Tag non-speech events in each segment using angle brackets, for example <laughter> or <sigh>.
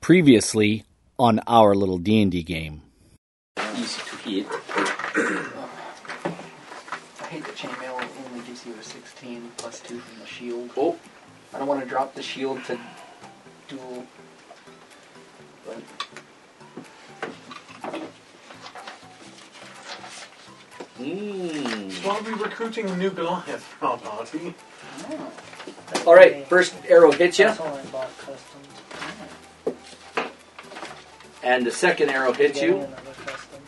previously on our little D&D game. Easy to hit. I hate that chainmail only gives you a 16 plus 2 from the shield. Oh, I don't want to drop the shield to duel. But mmm. Why are we recruiting a new Goliath for our party? All right, first arrow hits you, That's all I bought custom. and the second arrow hits Getting you. another custom.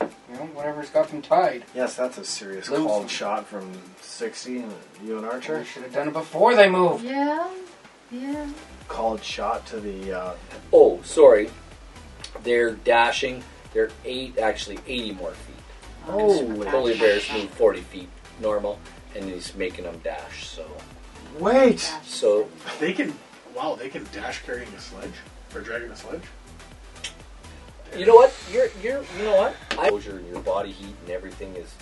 you know, whatever's got them tied. Yes, that's a serious Lose. called shot from 60 and you and Sure, Archer. should have done it before they moved. Yeah, yeah. Called shot to the. Uh, Oh, sorry. They're dashing. They're eight, actually eighty more feet. Holy Polar bears move forty feet normal, and he's making them dash. So, wait! so They can. Wow, they can dash carrying a sledge or dragging a sledge. you know what? You're, you're, you know what? I, exposure and your body heat and everything is.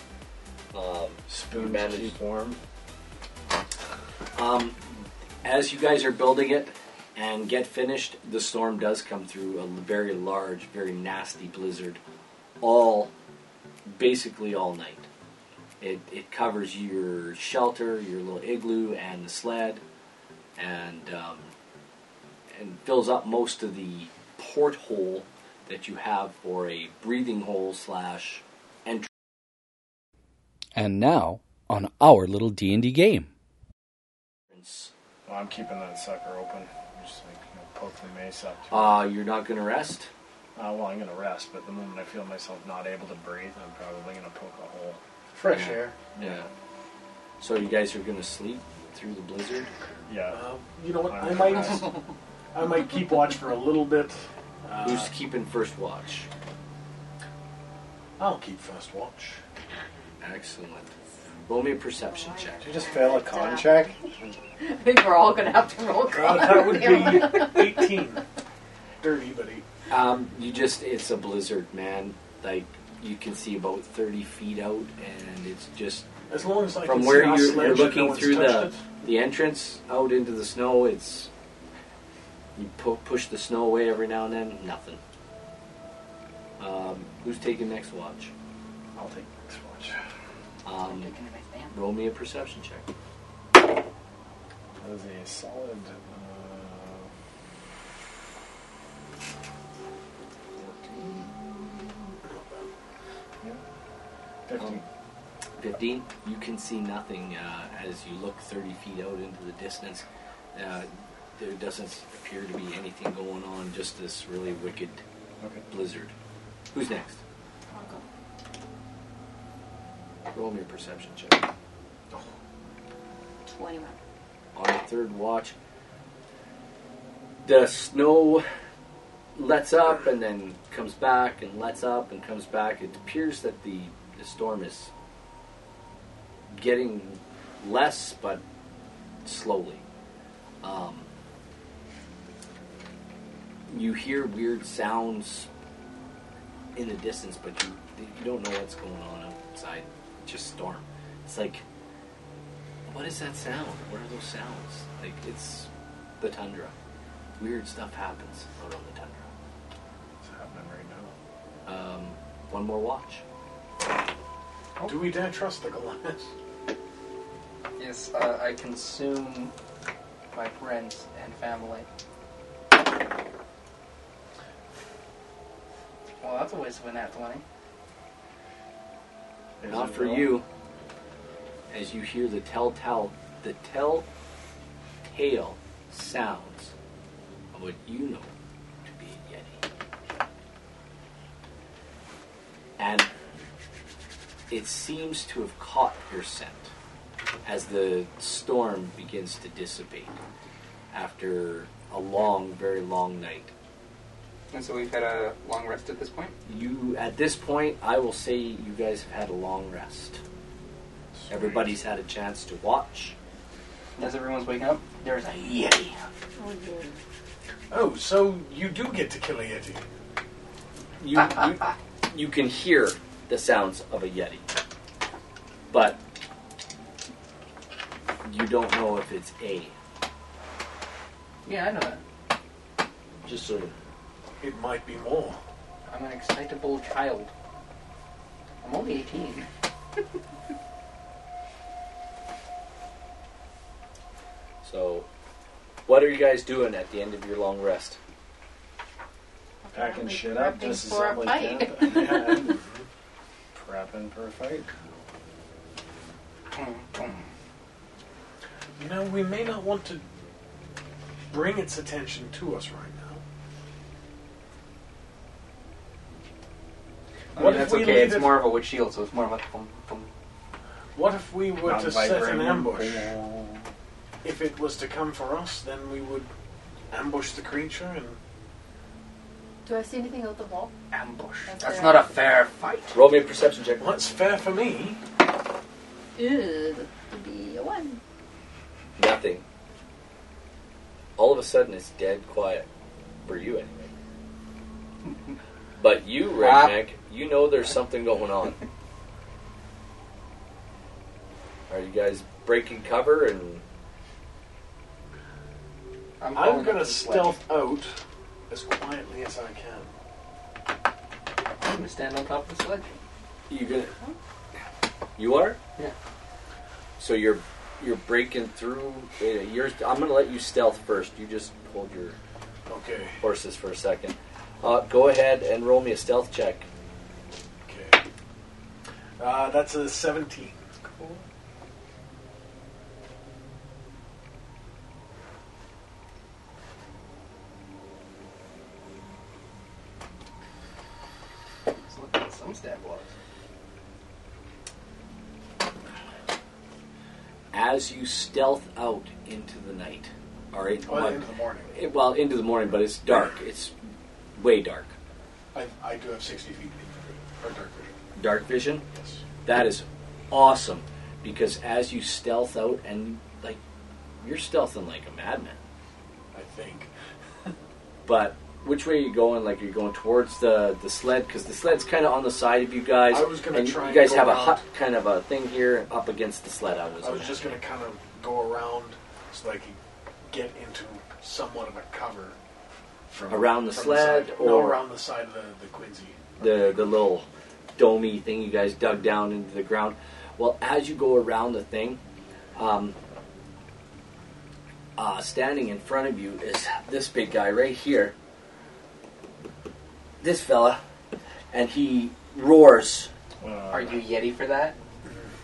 Um, Spoon Managed. keep warm. Um, as you guys are building it and get finished, the storm does come through a l- very large, very nasty blizzard, all basically all night. It, it covers your shelter, your little igloo, and the sled, and um, and fills up most of the porthole that you have for a breathing hole slash entry. And now on our little D&D game. Well, I'm keeping that sucker open. I'm just like, you know, poke the mace up. To Uh, you're not going to rest. uh, well, I'm going to rest, but the moment I feel myself not able to breathe, I'm probably going to poke a hole. Fresh air. Yeah. So you guys are gonna sleep through the blizzard? Yeah. Oh. Um, you know what? I I'm might. I might keep watch for a little bit. Uh, Who's keeping first watch? I'll keep first watch. Excellent. Roll me a perception check. Did you just fail a con check? <laughs> I think we're all gonna have to roll Uh, that would be 18. Dirty, buddy. Um, you just—it's a blizzard, man. Like you can see about thirty feet out, and it's just As long as I from can where see our you're, sledge you're and no looking one's through touched the it. the entrance out into the snow. It's you pu- push the snow away every now and then. Nothing. Um, who's taking next watch? I'll take this watch. Um, Taking it back down. roll me a perception check. That is a solid. Uh, 14. Yeah. 15. Um, 15 you can see nothing uh, as you look 30 feet out into the distance uh, there doesn't appear to be anything going on just this really wicked okay. blizzard who's next roll me a perception check Twenty-one. on the third watch the snow lets up and then comes back and lets up and comes back it appears that the, the storm is getting less but slowly um, you hear weird sounds in the distance but you, you don't know what's going on outside just storm it's like what is that sound? What are those sounds? Like it's the tundra. Weird stuff happens out on the tundra. It's happening right now. Um, one more watch. Oh. Do we dare trust the <laughs> Goliath? Yes, uh, I consume my friends and family. Well, that's a waste of an at 20. Is Not it for real? you. As you hear the telltale, the telltale sounds of what you know to be a yeti, and it seems to have caught your scent as the storm begins to dissipate after a long, very long night. And so we've had a long rest at this point? You, at this point, I will say you guys have had a long rest. Sweet. Everybody's had a chance to watch. As everyone's waking up, there's a yeti. Oh, dear. Oh, so you do get to kill a Yeti. You, you, you can hear the sounds of a Yeti, but you don't know if it's a. Yeah, I know that. Just so It might be more. I'm an excitable child. I'm only 18. So, what are you guys doing at the end of your long rest? Packing Apparently shit up prepping just as for a we fight. can. <laughs> Yeah. Prepping for a fight. <laughs> You know, we may not want to bring its attention to us right now. I What mean, if that's we okay. leave It's it- more of a wood shield, so it's more of a thump, thump. What if we were Not to set an vibrating. ambush? If it was to come for us, then we would ambush the creature and Do I see anything out the wall? ambush. That's That's fair. not a fair fight. Roll me a perception check. what's fair for me? Ew, that would be a one. Nothing. All of a sudden, it's dead quiet. For you, anyway. But you, Ah. Redneck, you know there's something going on. Are you guys breaking cover and I'm, I'm Oh, calling it gonna a sledge. stealth out as quietly as I can. I'm gonna stand on top of the sledge. you gonna? You are. Yeah. So you're you're breaking through. uh, You're. I'm gonna let you stealth first. You just hold your Okay, horses for a second. Uh, go ahead and roll me a stealth check. okay. Uh, that's a 17. Let's look at some stab blows. As you stealth out into the night, or in, Well, what- into the morning. it- well into the morning, but it's dark. It's way dark. I, I do have 60 feet deep, or dark vision. Dark vision. Yes. That is awesome because as you stealth out and like you're stealthing like a madman. I think. But which way are you going? Like, are you going towards the the sled? Because the sled's kind of on the side of you guys. I was gonna and try You and guys go have a around. hut kind of a thing here up against the sled. I was. I was just going to kind of go around so that I could get into somewhat of a cover from Around the from sled side. or- no, around the side of the, the Quincy. the the little domey thing you guys dug down into the ground. Well, as you go around the thing, um, uh, standing in front of you is this big guy right here. This fella, and he roars. Uh, Are you Yeti for that?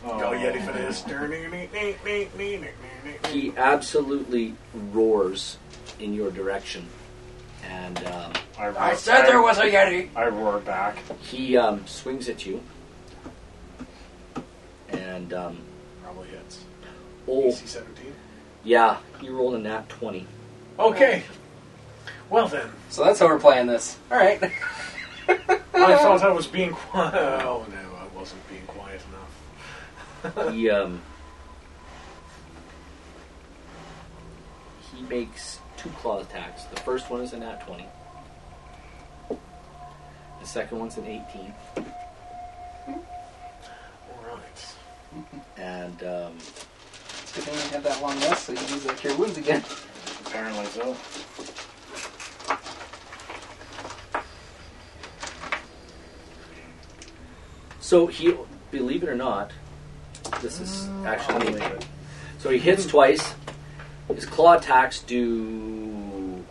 oh. Go Yeti for this. He absolutely roars in your direction, and um, I, roar, I said there was a Yeti! I roar back. he um, swings at you. And um, Probably hits. oh AC 17. yeah, he rolled a nat twenty. Okay. Well then, So that's how we're playing this. Alright. I Uh-huh. thought I was being <laughs> quiet. Oh no, I wasn't being quiet enough. He um, he makes two claw attacks. The first one is a nat twenty. The second one's an eighteen, All right. and um, It's a good thing we had that long rest, so you use that cure wounds again. Apparently so. so he, believe it or not, this is I'll actually believe it. So he hits twice. His claw attacks do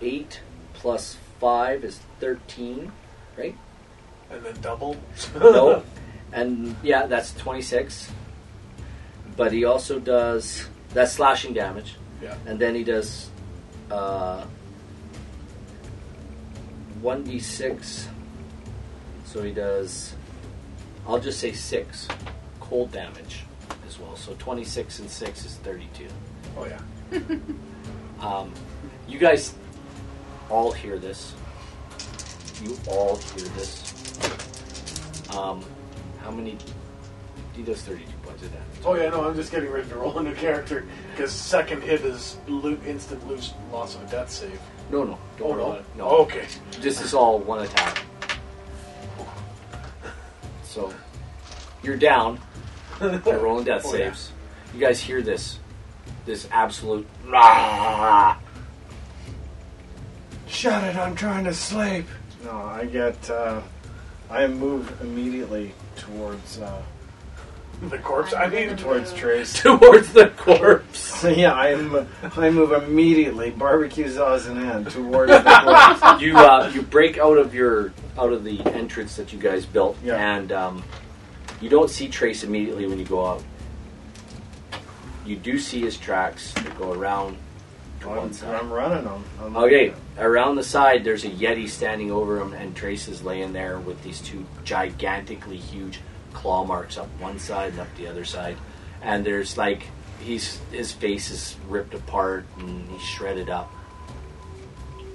eight plus five is thirteen, right? And then double. No, and yeah, that's twenty-six. But he also does that's slashing damage, Yeah. and then he does uh, one d six. So he does, I'll just say six cold damage as well. So twenty-six and six is thirty-two. <laughs> Oh yeah. Um, you guys all hear this. You all hear this. Um, how many? He does 32 points of damage. Oh yeah, no, I'm just getting ready to roll a new character because second hit is lo- instant lose loss of a death save. No, no, don't Oh roll no. it. No, Okay. this is all one attack. So you're <laughs> down. You're rolling death Oh, yeah. saves. You guys hear this? This absolute. rah. Shut it, I'm trying to sleep. No, I get. Uh, I move immediately towards. Uh, The corpse. I mean, towards <laughs> Trace. <laughs> towards the corpse. So yeah, I'm. I move immediately, barbecue sauce in hand, towards the <laughs> corpse. You uh, you break out of your out of the entrance that you guys built, Yeah. and um, you don't see Trace immediately when you go out. You do see his tracks that go around to one I'm, side. I'm running them. I'm Okay, around the side, there's a Yeti standing over him, and Trace is laying there with these two gigantically huge claw marks up one side and up the other side. And there's like, he's his face is ripped apart and he's shredded up.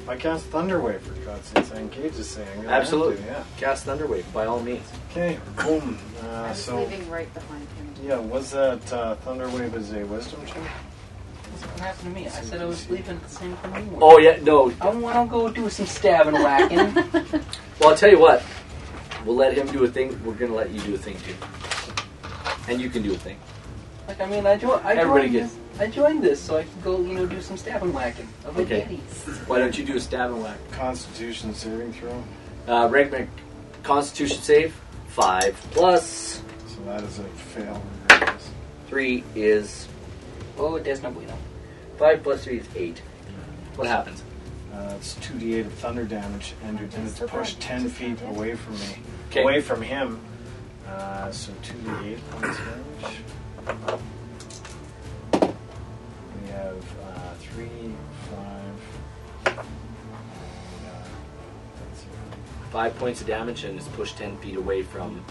I cast Thunderwave for God's sake. and Cage is saying. I'm gonna have Absolutely, to, yeah. Cast Thunderwave, by all means. Okay. Boom. Uh, I'm so sleeping right behind him. yeah, was that uh, Thunderwave is a wisdom check? That's what happened to me. I said I was sleeping at the same time. Oh, yeah, no. I want to go do some stabbing <laughs> whacking. Well, I'll tell you what. We'll let him do a thing. We're going to let you do a thing, too. And you can do a thing. like, I mean, I, jo- I Everybody joined gets- this. I joined this so I could go, you know, do some stabbing whacking of a Okay. yeti. Why don't you do a stab and whack? Constitution saving throw. Uh, Regmic, Constitution save, 5 plus So that is a fail. 3 is Oh, there's no bueno. Five plus three is eight. What happens? Uh, it's two d8 of thunder damage, and, and it's pushed ten feet away from me, 'Kay. away from him. Uh, so two d8 points damage. We have uh, three, five. Uh, that's it. Five points of damage and is pushed ten feet away from.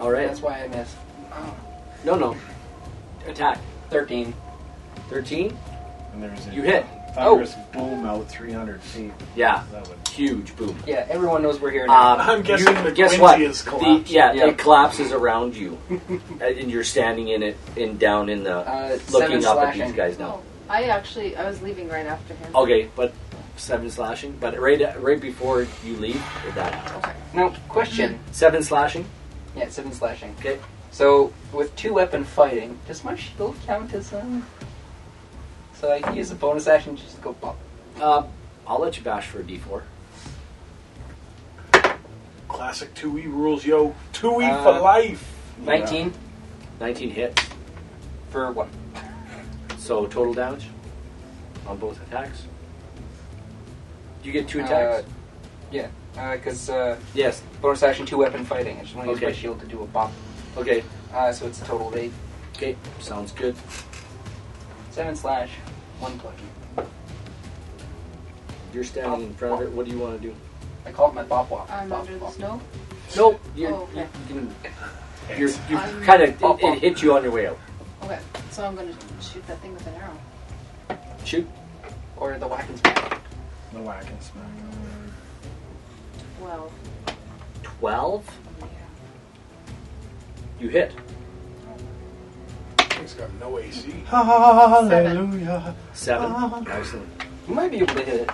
All right. That's why I missed. Oh, No, no. Attack. 13. Thirteen. and there's a You hit. thunderous boom out 300 feet. Yeah. That would Huge boom. Yeah, everyone knows we're <laughs> here Um, now. I'm guessing you- the guess Quincy what? is The- collapsed. yeah, Yeah. it collapses around <laughs> you, and and you're standing in it, and down in the, Uh, looking seven up at slashing. Oh. these guys now. I actually, I was leaving right after him. Okay, but seven slashing. But right, uh, right before you leave, that happens. now, question. Seven slashing. Yeah, 7 slashing. hmm. Okay. So, with two weapon fighting, does my shield count as um? So I can use a bonus action to just go pop. Uh, I'll let you bash for a D4. Classic 2E rules, yo. 2E Uh, for life. 19 19 hits. for one. So total damage on both attacks. You get two Uh, attacks. Yeah, because uh, yes. bonus action, two weapon fighting. I just want to use Okay. my shield to do a pop. Okay. Uh, so it's a total of eight. Okay. Sounds good. Seven slash, one plucky. You're standing in front of it. What do you want to do? I call it my bop walk. I'm Bop under the walk. snow. Nope. You're, Oh, okay. you're, you're, I'm- kind of. Pop, It, pop. it hit you on your way out. Okay, so I'm gonna shoot that thing with an arrow. Shoot. Or the whack and smack. the whack and smack. Well, 12. You hit. He's got no AC. Hallelujah. Seven. Uh-huh. Ah. Excellent. You might be able to hit it.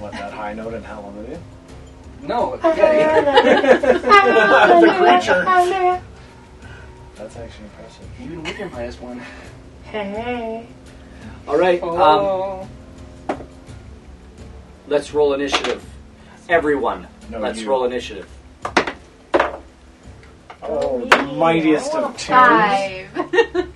What that high note in Hallelujah? No, you gotta hit the creature. That's actually impressive. it. Even with your minus one. All right. Um, Oh. let's roll initiative. Everyone, No, let's you. roll initiative. Oh, the mightiest of terrors. five.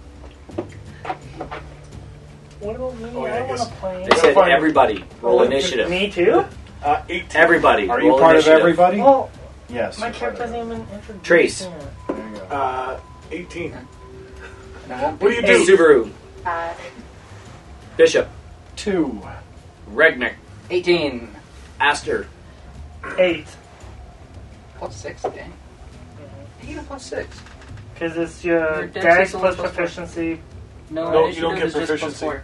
What about me? Oh, yeah, I I don't guess- want to play. They said fine. everybody roll Oh, initiative. Me too? Uh, 18. Everybody. Are you roll part initiative. of everybody? Well, yes. Oh, my you're part of character hasn't even introduced Trace. yet. it. There you go. Uh, 18. And I won't What do you Hey, do? Subaru, <laughs> Five. Bishop, Two. Regnick, 18 Aster, Eight. plus 6, dang. You get a plus 6. Because it's Your your dex dex is only plus plus four. proficiency. No, No, initiative you don't get is just plus proficiency. four.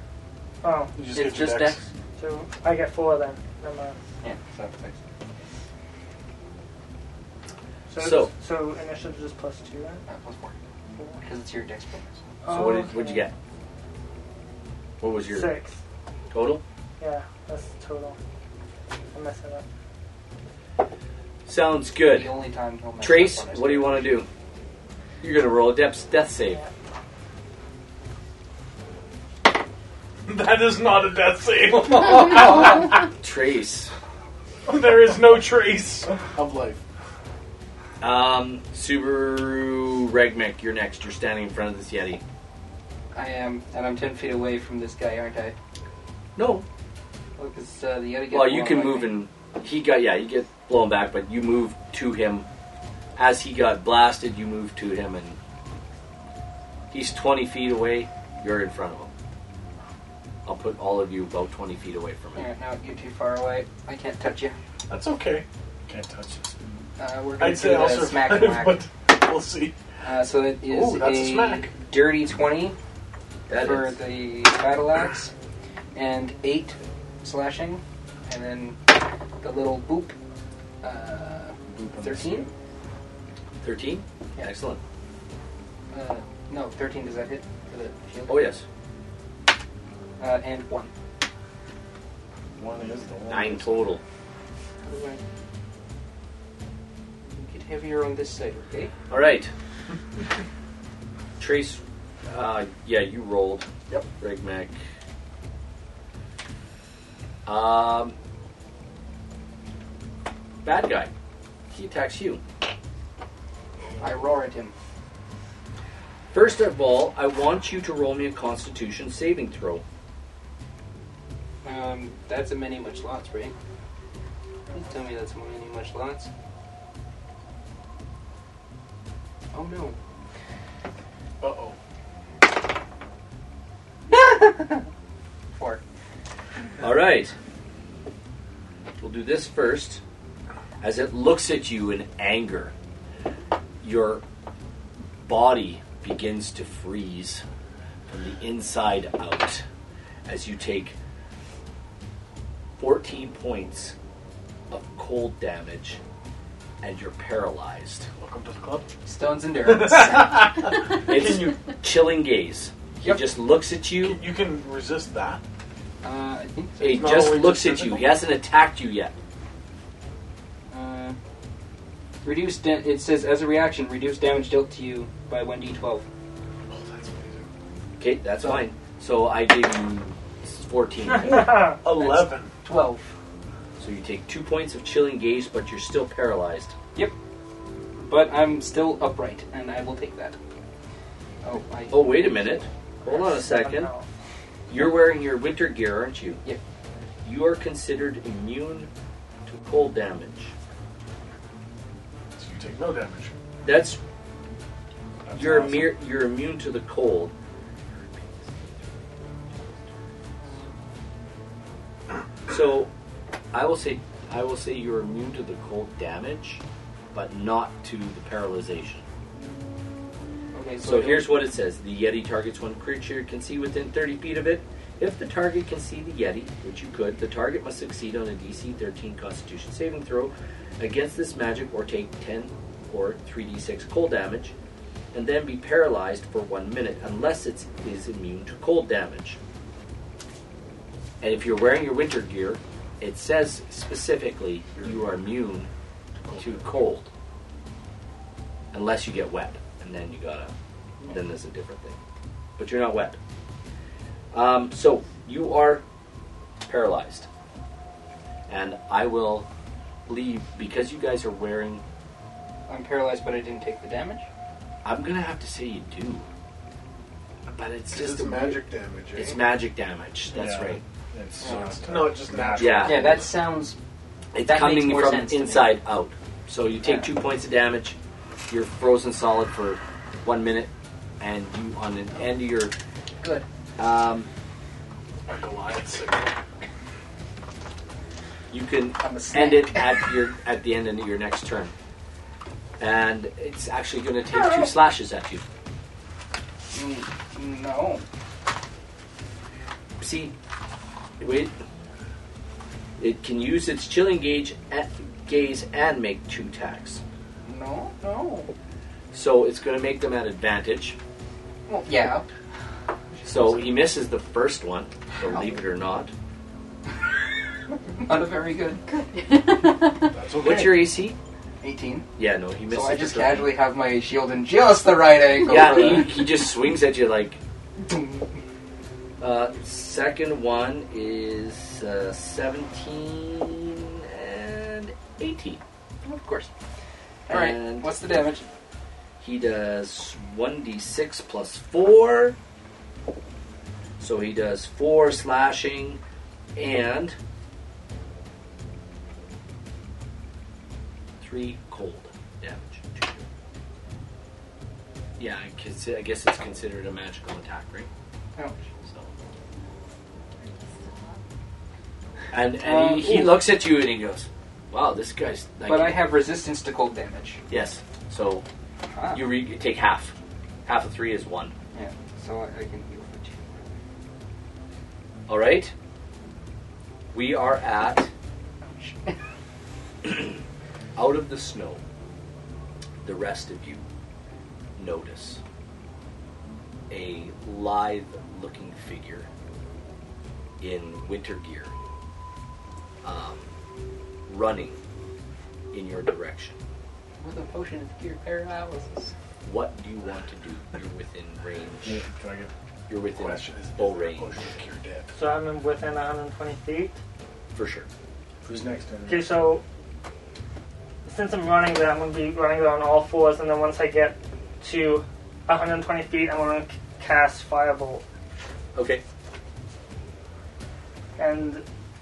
Oh, You just It's get your just dex. dex. so I get four then. Never mind. Yeah, so six. So, So- so initiative is plus two then? Uh, plus four. Because it's your dex bonus. So what did what'd you get? What was your Oh. Six. total? Yeah, that's total. I'm messing up. Sounds The good. only time he'll mess Trace, up on us. what do you want to do? You're gonna roll a depth death save. <laughs> That is not a death <laughs> save. Trace. there is no trace. of life. Um, Subaru Regmic, you're next. You're standing in front of this Yeti. I am, and I'm ten feet away from this guy, aren't I? No. Look, it's uh, the Yeti. Well, you can move and he got yeah, you get blown back, but you move to him. As he got blasted, you move to him, and he's 20 feet away. You're in front of him. I'll put all of you about 20 feet away from him. Here, no, you're too far away. I can't touch you. That's okay. Can't touch this. Uh, we're gonna I'd say do also a smack and whack. but we'll see. Uh, so it is Ooh, that's a smack. dirty twenty That for is- the battle axe, and eight slashing, and then the little boop. Uh, Boop on this. thirteen. 13? Yeah. Excellent. Uh, no, thirteen. Does that hit for the shield? Oh, yes. Uh, and one. One is the one. Nine total. Alright. Get heavier on this side, okay? All right. Trace, uh, yeah, you rolled. Yep. Regmac. Um, bad guy. He attacks you. I roar at him. First of all, I want you to roll me a Constitution saving throw. Um, that's a mini much lots, right? Please tell me that's a mini much lots. Oh no. Uh oh. Four. All right. We'll do this first. As it looks at you in anger, your body begins to freeze from the inside out as you take 14 points of cold damage and <laughs> you're paralyzed. Welcome to the club. <laughs> Stone's Uh, endurance. It's chilling gaze. Yep. He just looks at you. You can resist that. uh, I think so. He not just only looks just at you. physical? He hasn't attacked you yet. Uh, reduce da- it says as a reaction, reduce damage dealt to you by 1d12. Oh, that's amazing. Okay, that's fine. So I gave you 14. Eleven. 12. so you take two points of chilling gaze, but you're still paralyzed. But I'm still upright, and I will take that. Oh, I. Oh, wait a minute. Hold on a <laughs> second. You're wearing your winter gear, aren't you? Yep. You are considered immune to cold damage. So you take no damage. That's, That's you're awesome. mere, you're immune to the cold. So, I will say I will say you're immune to the cold damage, but not to the paralyzation. Okay, so, So here's what it says The Yeti targets one creature it can see within 30 feet of it. If the target can see the Yeti, which you could, the target must succeed on a DC 13 Constitution saving throw against this magic or take 10 or 3d6 cold damage and then be paralyzed for one minute unless it is immune to cold damage. And if you're wearing your winter gear, it says specifically you are immune to cold unless you get wet, and then you gotta. Then that's a different thing. But you're not wet. Um, so you are paralyzed, and I will leave because you guys are wearing. I'm paralyzed, but I didn't take the damage. I'm gonna have to say you do, but it's It's just just a weird- magic damage. eh? It's magic damage. That's Yeah. right. It's uh, Yeah. just No, it's just natural. Yeah. Yeah, that sounds. It's That makes coming more from sense to me. inside out. So you take Yeah. two points of damage. You're frozen solid for one minute, and you on an end of your Good. um, A Goliath signal. you can I'm a snake. end it at your at the end of your next turn. And it's actually going to take two slashes at you. Mm, no. See, wait. It can use its chilling gauge at, gaze and make two attacks. No, no. So it's going to make them at advantage. Well, yeah. So he misses the first one, believe it or not. Not a very good <laughs> That's okay. What's your AC? 18. Yeah, no, he misses. So I the just first one. casually have my shield in just the right angle. Yeah, for he, that. he just swings at you like Uh, second one is uh, 17 and 18. Of course. All right. And- What's the damage? He does 1d6 plus 4. So he does 4 slashing and 3 cold damage. to you. Yeah, I guess- I guess it's considered a magical attack, right? Ouch. So. And, and he, he Um, ooh. looks at you and he goes, "Wow, this guy's." Like, But I have resistance to cold damage. yes. So Ah, you, re- you take half. Half of three is one. yeah. So I, I can heal for two. All right. We are at <clears throat> out of the snow. The rest of you notice a lithe-looking figure in winter gear, um, running in your direction. With a potion of cure paralysis. What do you want to do? You're within range. Can I get You're The within question is, bow is there a range potion to cure death? So I'm in- within 120 feet. for sure. who's next? Henry? Okay, so since I'm running there, I'm going to be running there on all fours, and then once I get to 120 feet, I'm going to cast Firebolt. Okay. And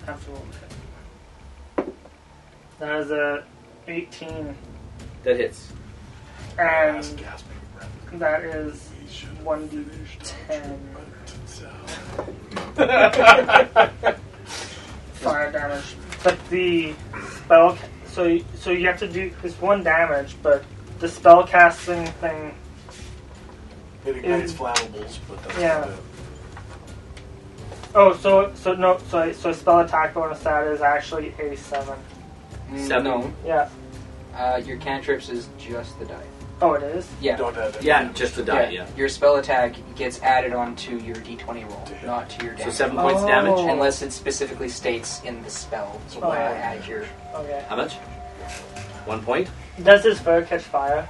have to roll the hit. That is a 18, That hits. Last and gasping breath. that is We should have 1d10 finished out. <laughs> fire damage. But the spell, ca- so so you have to do it's one damage, but the spell casting thing It ignites Mm. flammables, but that's Yeah. not it. Oh, so so no, so so spell attack bonus that is actually a seven. Mm, Seven. No. Yeah. Uh, your cantrips is just the die. Oh, it is. Yeah. Don't add it. Yeah, just the die. yeah. Your spell attack gets added onto your d20 roll, Damn. not to your So damage. seven points damage. Oh. Unless it specifically states in the spell to Oh, yeah. add your. Okay. How much? One point. Does his fur catch fire?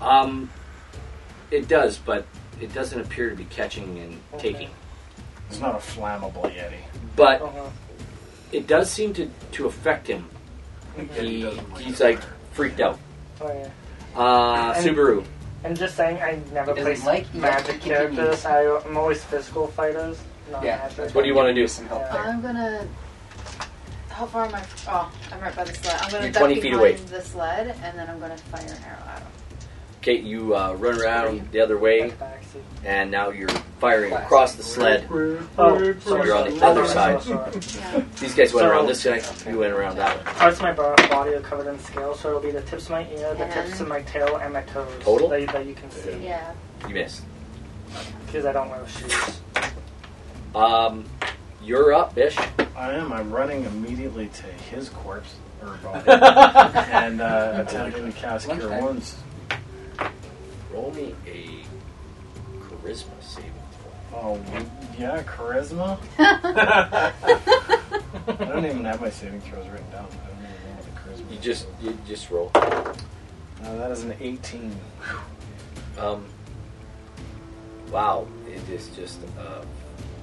Um, it does, but it doesn't appear to be catching and taking. It's not a flammable yeti. But Uh-huh. it does seem to to affect him. Yeah, He doesn't he's it. like freaked out. Oh yeah. Uh, And- Subaru. And just saying, I never Does it play like you? magic Can you- characters. I, I'm always physical fighters. Not Yeah, magic. that's What do you wanna I'm giving do? Some help Yeah. there. I'm gonna. How far am I? Oh, I'm right by the sled. I'm gonna You're duck 20 feet behind away. the sled, and then I'm gonna fire an arrow at him. Okay, you uh, run around the other way, Backseat. and now you're firing across the sled. Oh, sorry, You're on the sorry, other sorry, side. sorry, sorry. Yeah. These guys went So- around this way. You went around that one. Parts of my bo- body are covered in scales, so it'll be the tips of my ear, the tips of my tail, and my toes Total? that, that you can see Yeah. You missed. because I don't wear shoes. Um, you're up, Bish. I am. I'm running immediately to his corpse or body and uh, attempting to cast cure Lunchtime. wounds. Roll me a charisma saving throw. Oh yeah, charisma. <laughs> I don't even have my saving throws written down. I don't even know what the charisma. You is. just you just roll. Uh, that is an 18. Um, wow, it is just uh,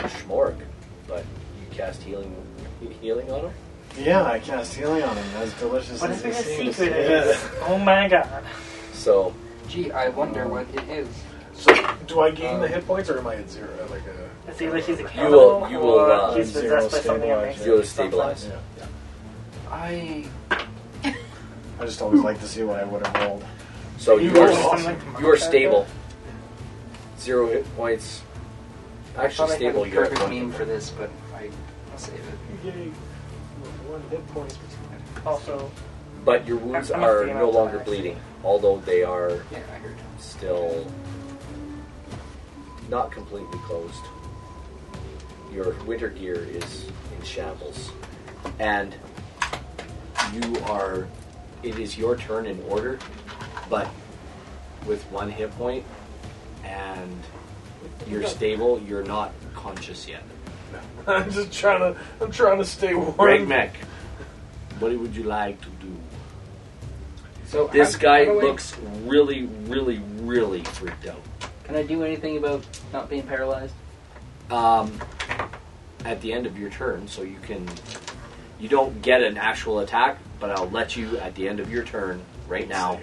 schmorg, but you cast healing <laughs> healing on him. Yeah, I cast healing on him. As delicious What as is it it a seems. secret Yeah. is? Oh my god. So Gee, I wonder what it is. So, do I gain Um, the hit points, or am I at zero? uh, Like a, It's either he's a You will- cannibal you will, or uh, he's zero possessed by something that makes stabilize. him you'll something. stabilize. Yeah. I. <laughs> I just always like to see what I would have rolled. So You you are rolled s- something like you are Minecraft stable. Zero hit points. I thought Actually, stable. I had a You're at perfect one. name hit for point. this, but I, I'll save it. One hit point. <laughs> there. Also, But your wounds I'm a are no female longer actually. bleeding, although they are Yeah, I heard. still not completely closed. Your winter gear is in shambles. And you are. It is your turn in order, but with one hit point and you're stable, you're not conscious yet. I'm just trying to. I'm trying to stay warm. Greg Um, Mac, what would you like to do? So uh, This how- guy how do I- looks really, really, really freaked out. Can I do anything about not being paralyzed? um, at the end of your turn, so you can. You don't get an actual attack, but I'll let you at the end of your turn right now.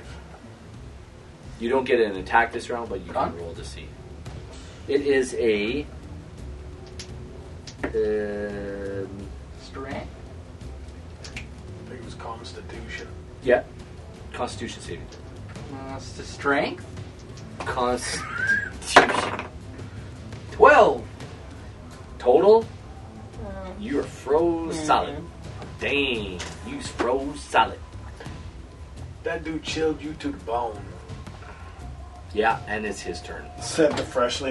You don't get an attack this round, but you Huh? can roll to see. It is a. Um, Strength. I think it was Constitution. yeah, Constitution saving. Uh, s- strength. Constitution. Twelve. Total, Uh, you are froze solid. Dang, you froze solid. That dude chilled you to the bone. Yeah, and it's his turn. Said the freshly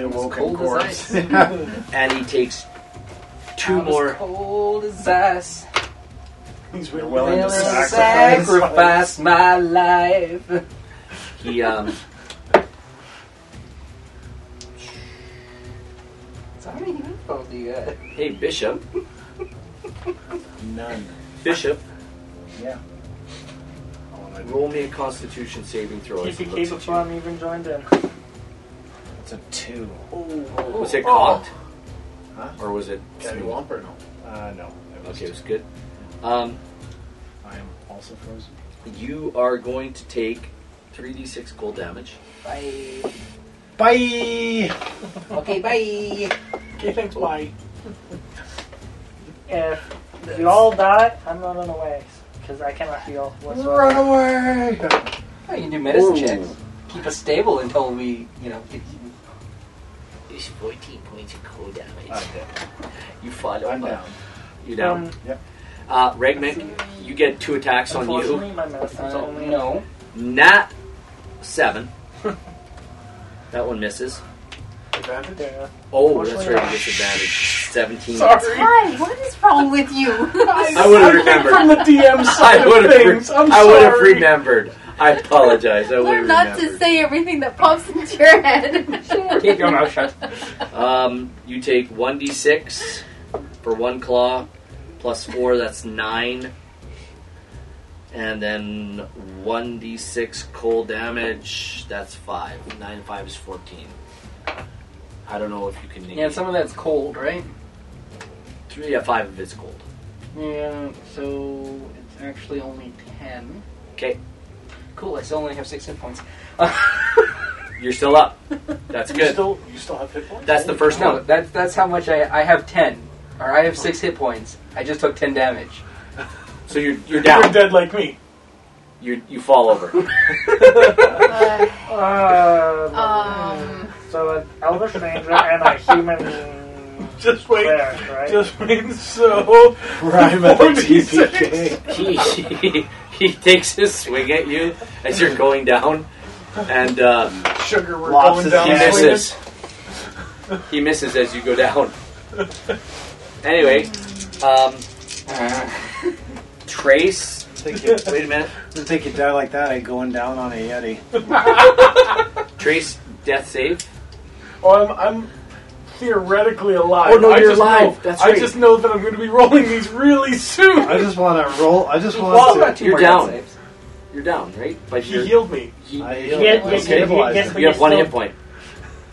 cold awoken as corpse. <laughs> ice. And he takes two I was more. Cold as ice. He's You're really willing to Will sacrifice. sacrifice my life. He um, So how many hit points do you got? hey Bishop, <laughs> None. Bishop, Yeah. Oh, roll me a Constitution saving throw. as he TPK looks at before you. I'm even joined in. It's a two. Was Oh. it cocked? Huh? Or was it? Can you lump or no? Uh, no. It was Okay, it two. was good. Um, I am also frozen. you are going to take three d six cold damage. Bye. Bye! Okay, bye. Okay, thanks, bye. If you all die, I'm running away because I cannot heal. whatsoever. Run away! Oh, you can do medicine Ooh. checks. Keep us stable until we, you know, get, It's fourteen points of cold damage. I'm dead. you follow. I'm down. You down. Um, Uh, Regnick, you get two attacks on you. Unfortunately, my medicine's uh, only no. Nat seven. <laughs> that one misses. Advantage? Yeah. Oh, that's Unfortunately, right. Disadvantage. <laughs> Seventeen. <laughs> Ty, what is wrong with you? I would have remembered. From the DM side <laughs> I would of have. things, I'm I would have sorry. remembered. I apologize. I would Learn have not to remembered. say everything that pops into your <laughs> head. Keep your mouth shut. Um, you take one d six for one claw, plus four. That's nine. And then one d six cold damage. That's five. Nine five is fourteen. I don't know if you can. <laughs> Yeah, and some of that's cold, right? three. Yeah, five of it's cold. Yeah, so it's actually only ten. Okay, Cool, I still only have six hit points. you're still up. That's You good. still, you still have hit points? That's the first <laughs> No, one. that's that's how much I, I have ten. Or I have six hit points. I just took ten damage. So you're you're You're down. dead like me. You you fall over. Uh, Uh, um, so an elder stranger and a human Just wait. cleric, right? Just wait. <laughs> So Prime at the 46. TPK. he, he, <laughs> he takes his swing at you as you're going down, and uh, Sugar, we're Lops going is down. he Yeah. swinging. misses. He misses as you go down. Anyway, um, Uh, Trace. Think you- Wait a minute, I think you die like that, I going down on a Yeti. Trace. Death save. oh, I'm, I'm theoretically alive. Oh, no, I you're just alive. Know, That's I right. just know that I'm going to be <laughs> rolling these really soon. I just want to roll. I just Well, want not to. <laughs> two you're more death down. saves. You're down, right? But he you're, healed me. he- I Yeah, heal. yeah, I yeah, yeah, stabilize yes, it. but you have one still- hit point.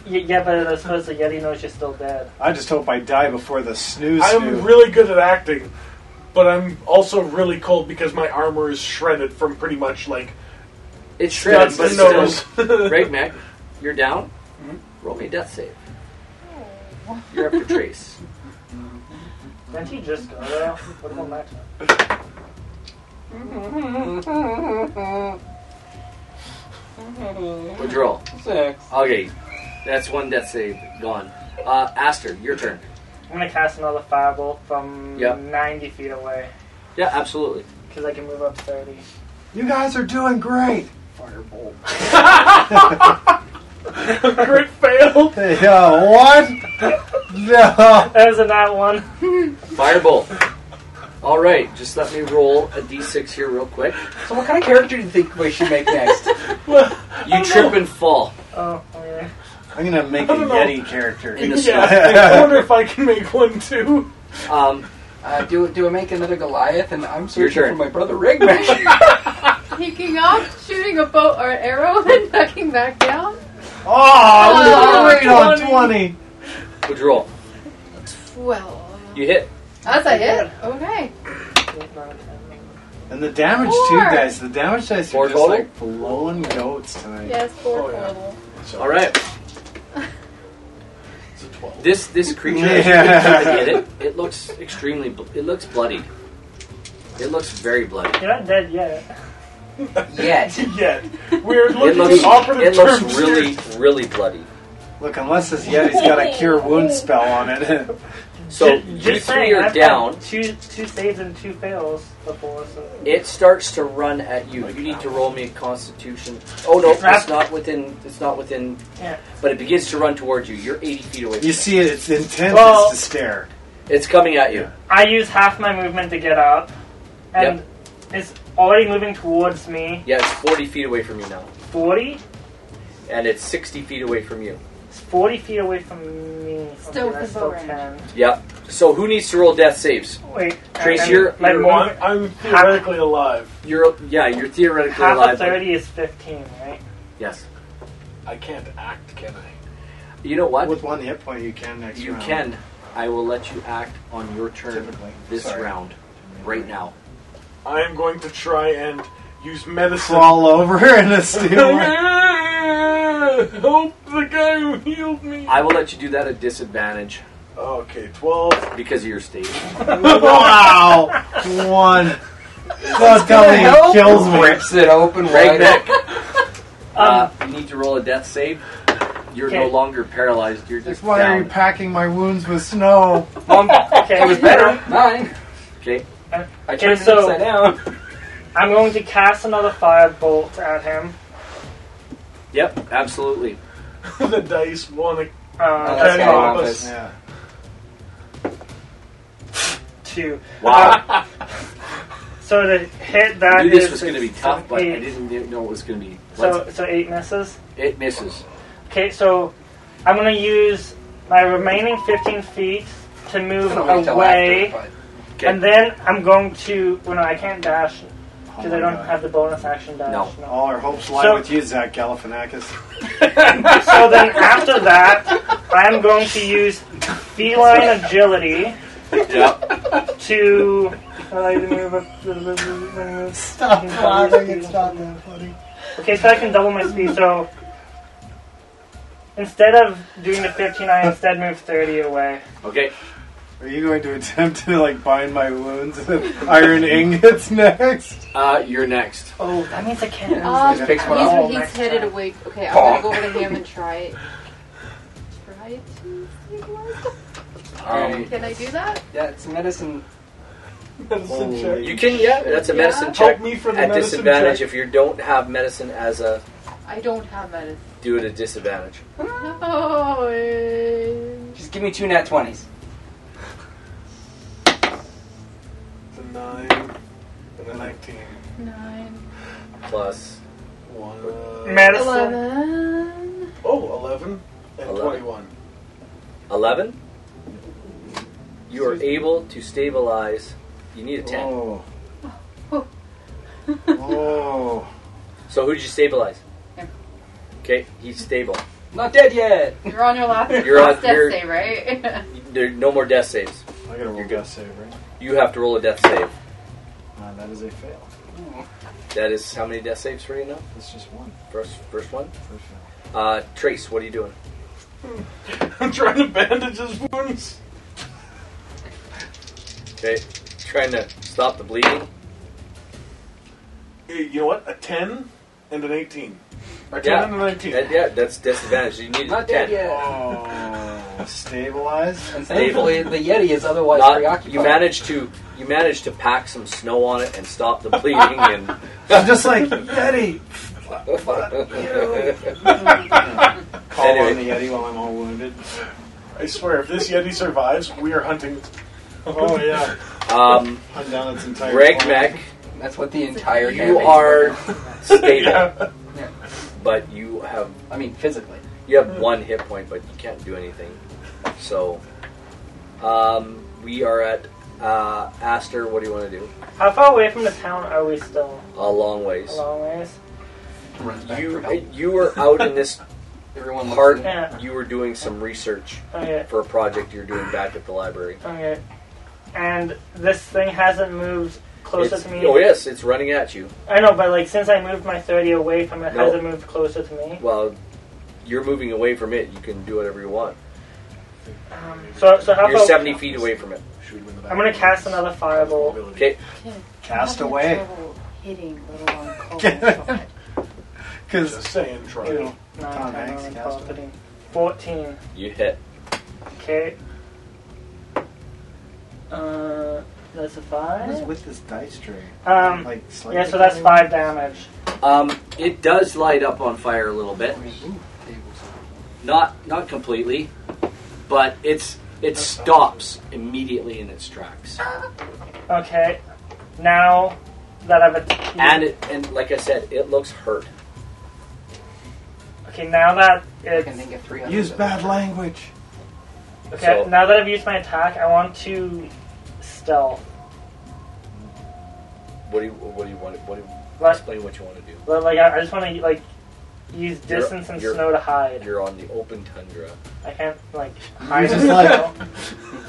Y- Yeah, but I suppose the Yeti knows you're still dead. I just hope I die before the snooze. snoo. I'm really good at acting, but I'm also really cold because my armor is shredded from pretty much like It's shredded, nuts but and still. <laughs> nose. Right, Mac. You're down. Roll me a death save. You're up for Trace. Didn't he just go there? What about Max? What'd you roll? Six. Okay, that's one death save gone. Uh, Aster, your turn. I'm gonna cast another fireball from Yeah. 90 feet away Yeah, absolutely. because I can move up 30. You guys are doing great. <laughs> Firebolt. crit fail. Yeah, what? No. There's a nat one. Firebolt. All right, just let me roll a d6 here real quick. So what kind of character do you think we should make <laughs> next? You trip and fall. Oh, yeah. I'm gonna make a I don't know. Yeti <laughs> character. <laughs> In the yeah, I wonder if I can make one too. Um, Uh, do do I make another Goliath? And I'm Your searching for turn. my <laughs> brother Rigmash. taking off, shooting a bow or arrow, and ducking back down. Oh, I'm Oh, right on 20. would you roll? Twelve. You hit. That's a hit. Okay. And the damage too, Four. guys. The damage dice Four are just total? like blowing goats tonight. Yes, four Oh, yeah. total. So <laughs> All right. It's a 12. This this creature as you Yeah. come to get it. It looks extremely. bl- It looks bloodied. It looks very bloody. You're not dead yet. Yet. Yet we're It looking looks. at operative It looks terms really here. really bloody. Look, unless this Yeti's got a cure wound spell on it. <laughs> So Ju- you just three saying, are I've down. got Two two saves and two fails before. So It starts to run at you. You need to roll me a Constitution. Oh no, it's Crap. not within. It's not within. Yeah. But it begins to run towards you. You're 80 feet away. From you it. see, its intent Well- is to stare. It's coming at you. I use half my movement to get up, and it's already moving towards me. Yeah, it's 40 feet away from you now, Forty. and it's 60 feet away from you. It's forty feet away from me. Still okay, I within still range. can. Yeah. So who needs to roll death saves? Wait. uh, Trace, and you're- my You're move- on- I'm theoretically alive. You're yeah. You're theoretically half alive. of thirty is fifteen, right? Yes. I can't act, can I? You know what? With one hit point, you can next You round. can. I will let you act on your turn Typically. this Sorry. round, right now. I am going to try and use medicine. <laughs> Crawl over <laughs> and steal one. Help the guy who healed me. I will let you do that at disadvantage Okay, twelve. because of your state. wow! One. That's how many kills me. Rips it open wide. Ragnik, Um, <laughs> uh, you need to roll a death save. You're no Okay. longer paralyzed. You're That's just why are you down. packing my wounds with snow? okay. <laughs> It was better. Nine. Okay. I turned Uh, so- it upside down. <laughs> I'm going to cast another firebolt at him. Yep. <laughs> Absolutely. the dice want Uh, Oh, that's that's Okay. got all. all of us. Yeah. Oh two. Wow. So to hit I that knew this is- was going to be is tough, but I eight. didn't know it was going to be. So so eight misses. it misses. Okay, so I'm gonna use my remaining 15 feet to move I'm gonna wait till away, after, Okay. Oh and then I'm going to. Well, no, I can't dash because my I don't God. have the bonus action dash. No. All our hopes lie So- with you, Zach Galifianakis. so then after that, I'm going to use feline agility yeah. to. Well, I move up- Stop laughing, it's not that funny. Okay, so I can double my speed. So instead of doing the 15, I instead move 30 away. Okay. Are you going to attempt to like bind my wounds with <laughs> iron ingots <laughs> next? Uh, you're next. Oh, that means I can't. Um, Just picks one he's- up. he's Next headed time. away. Okay, I'm gonna go over to him and try. Try to stabilize him. Um, Can I do that? Yeah, it's medicine. medicine check. you can. Yeah. That's a Yeah. medicine check. Help me for the at medicine disadvantage check. if you don't have medicine as a I don't have medicine. do it at disadvantage. No. eh. Just give me two nat 20s. The nine and the nineteen. Nine. Plus One. Medicine. Eleven. <laughs> Oh, 11 and Eleven. 21. eleven. You are able to stabilize. You need a ten. Oh. Oh. So who did you stabilize? Him. Okay, he's stable. Not dead yet. You're on your last, You're on- last death you're- save, right? <laughs> There no more death saves. I gotta roll death save, right? You have to roll a death save. Ah, that is a fail. That is how many death saves for you now? That's just one. First, first one. First fail. Uh, Trace, what are you doing? I'm trying to bandage his wounds. Okay, trying to stop the bleeding. Eh, You know what? A 10 and an 18. A 10 Yeah. and a 19. That- yeah, that's disadvantage. You need a Not dead ten. yet. Oh. Stabilized? And thankfully, the Yeti is otherwise Not- preoccupied. you managed to you managed to pack some snow on it and stop the bleeding and I'm just like, Yeti! Call on Anyway. the Yeti while I'm all wounded. I swear, if this Yeti survives, we are hunting. Oh, yeah. um, Hunt down its entire Greg clan. Mack, <laughs> That's what the entire you campaign is are about. stable, Yeah. but you have I mean, physically. you have one hit point, but you can't do anything. So um, we are at uh, Aster. What do you want to do? How far away from the town are we still? A long ways. A long ways. Runs back for You help. <laughs> you were out in this Everyone looks Hard. in- Yeah. You were doing some research Okay. for a project you're doing back at the library. Okay. And this thing hasn't moved closer It's- to me. oh yes, it's running at you. I know, but like since I moved my thirty away from it, No. has it moved closer to me? Well, you're moving away from it. You can do whatever you want. Um, so so how You're about 70 feet away from it. Shoot him in the back. I'm gonna cast another fireball. Mobility. Okay. Cast Having away. trouble Hitting little on <laughs> cold. Because Just saying, try. Two, nine, Tom 10, Hanks 11, cast 12, it. 13, 14. You hit. Okay. Uh, that's a what is five. with this dice tray? Um, like slightly yeah, so that's five damage. Um, it does light up on fire a little bit. Not not completely, but it's it stops immediately in its tracks. Okay. Now that I've att- And it, and like I said, it looks hurt. okay, now that and then it's get three others Use of bad them. language. okay, So- now that I've used my attack, I want to stealth. What do you what do you want? What do you, Like, explain what you want to do? But like I, I just want to like use You're- distance and you're- snow to hide. You're on the open tundra. I can't like hide in just the like- snow. <laughs>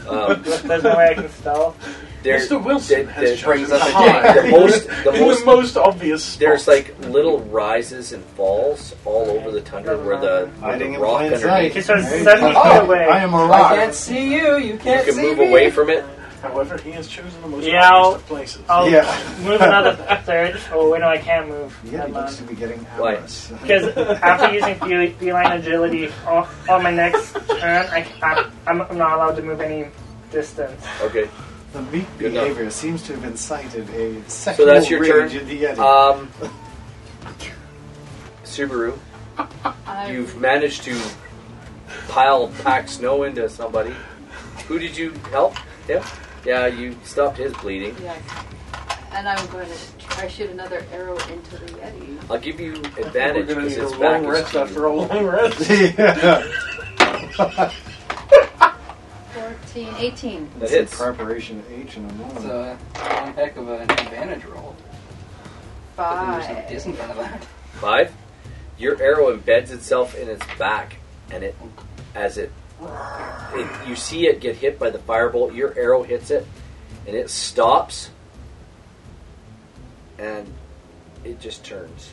Um, There's- There's no way I can stealth. there, Mr. Wilson there- has there- chosen up <laughs> to a hide. the <laughs> most the In the most most obvious spot. there's like little rises and falls all over the tundra where the, where Hiding the in rock plain underneath. He sight. starts Hey, seventy feet oh, away. I am a I rock. can't see you. You You can't can see move me. away from it. However, he has chosen the most Yeah, obvious of places. I'll Yeah. move another <laughs> third. Oh wait, no, I can't move. Yeah, he looks to <laughs> be getting Why? amorous. Because after using be- beeline agility on, on my next turn, I, I I'm I'm not allowed to move any distance. <laughs> Okay. The meek Good enough. behavior seems to have incited a So sexual that's your rage turn? in the Yeti. <laughs> Um, Subaru, I'm- you've managed to pile pack snow into somebody. Who did you help? Him? Yeah, you stopped his bleeding. Yes. And I'm going to try shoot another arrow into the Yeti. I'll give you We're advantage gonna because need a its back long is rest to after you. a long rest. yeah. 14, 18. That That's hits. a preparation H in a moment. It's a uh, one heck of an advantage roll. But then there's no Five. <laughs> disadvantage. Five. Your arrow embeds itself in its back, and it, as it, it, you see it get hit by the firebolt. Your arrow hits it, and it stops, and it just turns.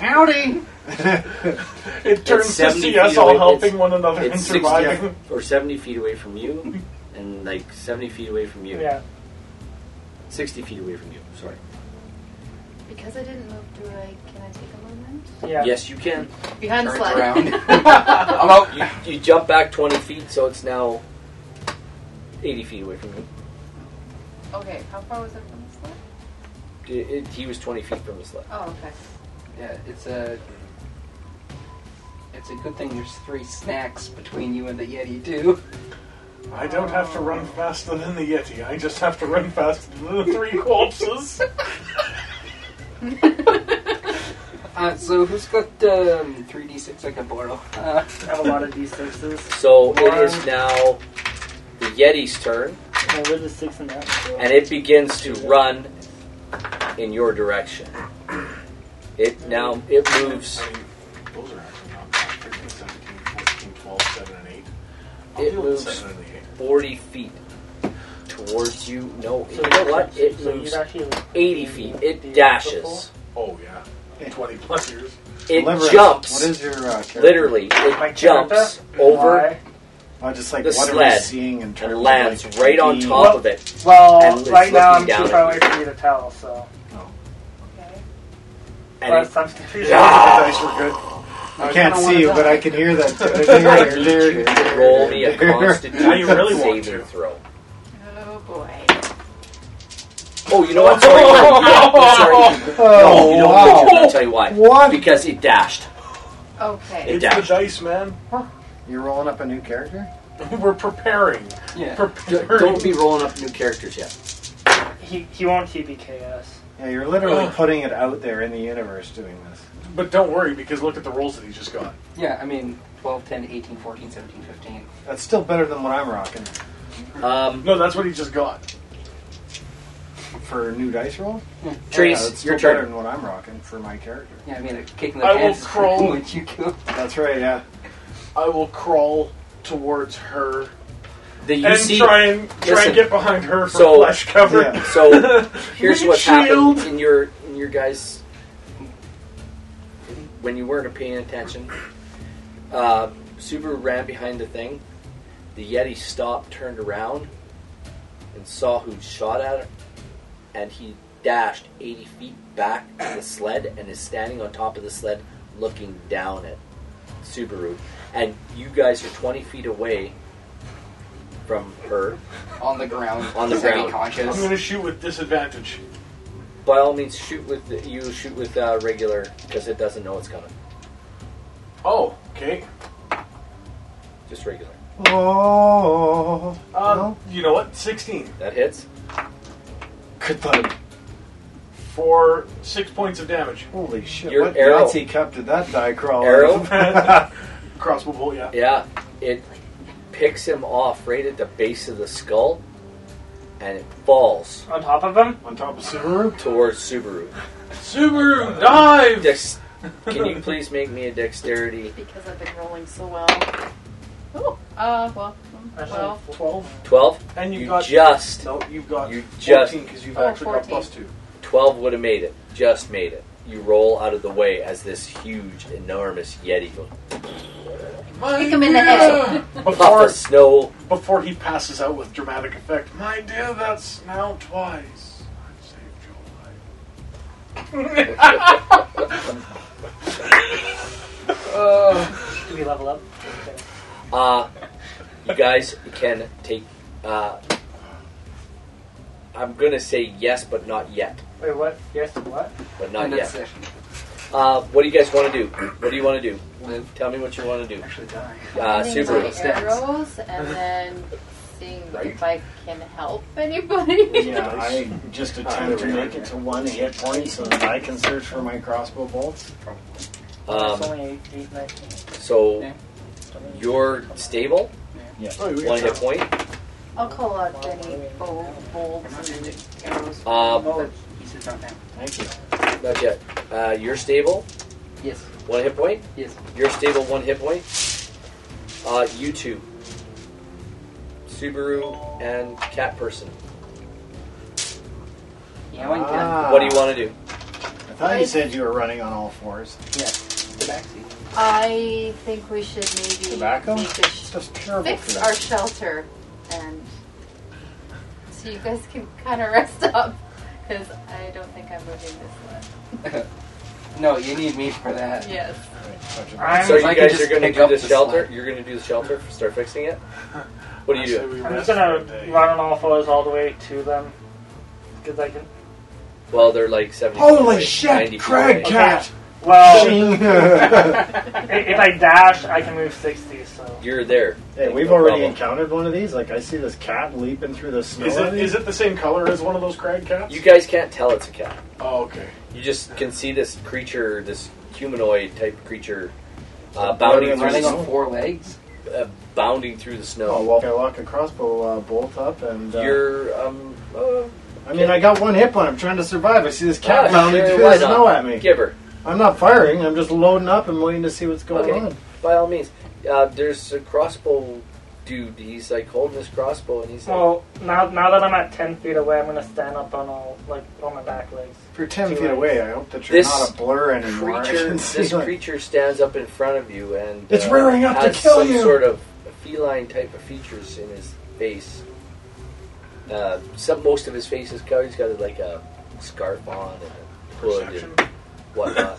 Howdy! It turns to 70 see feet us all away. helping It's- one another and It's 60 surviving. or 70 feet away from <laughs> you, and like 70 feet away from you. Yeah. 60 feet away from you, sorry. Because I didn't move, do I? Can I take a moment? Yeah. Yes, you can. Behind the Turns slide. around. <laughs> I'm out. You, you jump back 20 feet, so it's now 80 feet away from you. Okay, how far was it from the slide? It- it- he was 20 feet from the sled. Oh, okay. Yeah, it's a. It's a good thing there's three snacks between you and the Yeti too. I don't have to run faster than the Yeti. I just have to run faster than the <laughs> three corpses. <laughs> Uh, so who's got um, 3d6 I can borrow? Uh, I have a lot of <laughs> d6s. So it is now the Yeti's turn, No, where's the six and that? and it begins to run in your direction. It now it moves. I mean, those are actually not bad. 13, 17, 14, 12, 7, and 8. I'll It deal with moves 7 and the 8. 40 feet towards you. No, So you know what? so It you'd moves actually, like, 80 feet. be It dashes. Oh, yeah. 20 plus years. It Leverage. What jumps. is your uh, character? Literally, My it jumps character? over Why? I just like the what are we sled seeing in terms and lands of like, right on the- top of it. And Well, it's right now I'm looking too down far at away you. for you to tell, so. <laughs> Okay. And it <laughs> Plus, I'm confused. Ah, the dice were good. I can't kinda see you, wanna but die. I can <laughs> hear I need you that. to roll <laughs> me a Now you constitution really want saving to. throw. Oh boy. Oh, you know what? Sorry, sorry. <laughs> sorry. No, you don't Oh, need to. wow. I'll tell you why. What? Because it dashed. Okay. It It's dashed. the dice, man. <laughs> You're rolling up a new character? We're preparing. yeah. <laughs> D- Preparing. Don't be rolling up new characters yet. He, he won't TBK us. Yeah, you're literally Ugh. putting it out there in the universe doing this. But don't worry, because look at the rolls that he just got. Yeah, I mean 12, 10, 18, 14, 17, 15. That's still better than what I'm rocking. Um, No, that's what he just got. For a new dice roll? Trace, yeah, that's your still turn. better than what I'm rocking for my character. Yeah, I mean, a kick in the I will pants. <laughs> is crawl. What you go? That's right, yeah. I will crawl towards her The you and see, try and try listen. and get behind her for So- flesh cover. Yeah. <laughs> So here's what's happened Shield. in your in your guys when you weren't paying attention. Uh, Subaru ran behind the thing. The Yeti stopped, turned around, and saw who'd shot at her, and he dashed 80 feet back to the sled and is standing on top of the sled looking down at Subaru. And you guys are 20 feet away from her. On the ground. On the ground. I'm <laughs> Semi-conscious. going to shoot with disadvantage. By all means, shoot with you shoot with uh, regular because it doesn't know it's coming. Oh, okay. Just regular. Oh, Um, You know what? 16 That hits. good luck. for six points of damage. Holy shit, Your what arrow. guts he kept did that die crawl? <laughs> Arrow? Crossbow bolt, yeah. Yeah, it picks him off right at the base of the skull, and it falls On top of him? On top of Subaru? towards Subaru. Subaru, dive! Dex, can you please make me a dexterity Because I've been rolling so well. Oh, uh, well, mm, Actually, well, 12. twelve? And you, You got. just no, you've got you 14 just- because you've Oh, actually 14. got plus 2. twelve would have made it. Just made it. You roll out of the way as this huge, enormous yeti goes My Kick him in the dear! <laughs> puff Before, of snow. before he passes out with dramatic effect. My dear, that's now twice. I've saved your life. Do we level up? Uh, you guys can take. Uh, I'm gonna say yes, but not yet. Wait, what? Yes, what? But not End of yet. session. Uh, what do you guys want to do? What do you want to do? Live. Tell me what you want to do. Actually die. Uh, counting my Subaru. stats. arrows and then seeing Right? if I can help anybody. Yeah, <laughs> I just attempt to there we make go. it to one hit point so that I can search for my crossbow bolts. it's Um, only 8, eight, 19. so you're stable, Oh, we got one hit point. <laughs> I'll call out any bold, bold arrows. Um, Oh, he says not now. Thank you. not yet. Uh, you're stable, Yes. one hit point. Yes. You're stable, one hit point. Uh, you two, Subaru and Cat Person. Yeah, one can. Ah, What do Uh, you want to do? I thought you said you were running on all fours. Yes. The backseat. I think we should maybe Tobacco? make a It's sh- just terrible. fix for our that. shelter and so you guys can kind of rest up because I don't think I'm moving this No, you need me for that. one. Yes. Such a- I'm, So I you can guys are just going to pick do up this the shelter. slack. You're going to do the shelter. Start fixing <laughs> it. What do you do? I'm just gonna run on all fours all the way to them. Because I can. Well, they're like seventy. feet away, Holy 90 shit, feet Craig away. <laughs> Cat! Oh. Well, hey, <laughs> <laughs> i- if I dash, I can move 60, so. You're there. we've No already problem. encountered one of these. Like, I see this cat leaping through the snow. Is it, at me. is it the same color as one of those crag cats? You guys can't tell it's a cat. oh, okay. You just can see this creature, this humanoid type creature, uh, bounding through Running the, Running s- <laughs> on four legs. uh, bounding through the Oh, snow. well, I lock a crossbow uh, bolt up, and uh, You're um. Uh, I mean, I got one hit point. I'm trying to survive. I see this cat ah, bounding sure, through why the not? snow at me. Giver, I'm not firing. I'm just loading up and waiting to see what's going Okay. on. by all means. Uh, there's a crossbow dude. He's like holding his crossbow, and he's Oh, like, Well, now now that I'm at 10 feet away, I'm gonna stand up on all, like, on my back legs. If you're ten Two feet eyes. away, I hope that you're This not a blur anymore. I creature, can see this <laughs> like- creature stands up in front of you and uh, It's rearing up to has kill some you. sort of feline type of features in his face. Uh, some most of his face is covered. He's got like a scarf on and a hood Perception. and whatnot.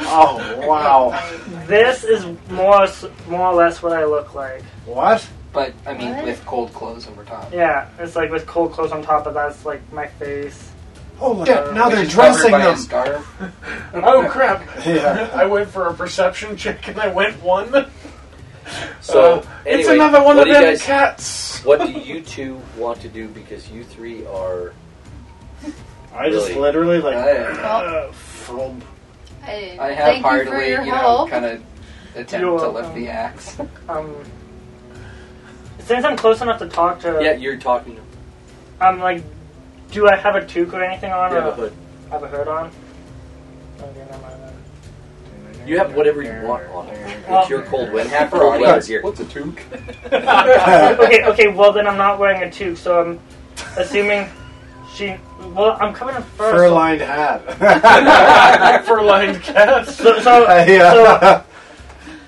Oh wow! This is more, s- more or less what I look like. What? But, I mean, What? with cold clothes over top. Yeah, it's like with cold clothes on top of that, it's like my face. Holy! Yeah, now Which they're is covered dressing by a them. scarf. Oh, crap. Yeah. I went for a perception check and I went one. So Uh, anyway, it's another one what of do you them guys, cats. What do you two want to do? Because you three are I just Really? literally like I, uh, from I I, thank have you hardly, for your you, know, help. kind of attempt You're to welcome. lift the axe. <laughs> Um, since I'm close enough to talk to, yeah. You're talking. to I'm like Do I have a toque or anything on? You have or a hood. I have a hood on. Okay, never mind <laughs> then. You have whatever you want on. Well- If you're cold wind, Half cold hour wind's here. What's a toque? okay, okay. Well, then I'm not wearing a toque, so I'm <laughs> assuming she. Well, I'm coming in first. Fur lined <laughs> hat. for lined cats. So, so, <laughs> yeah. so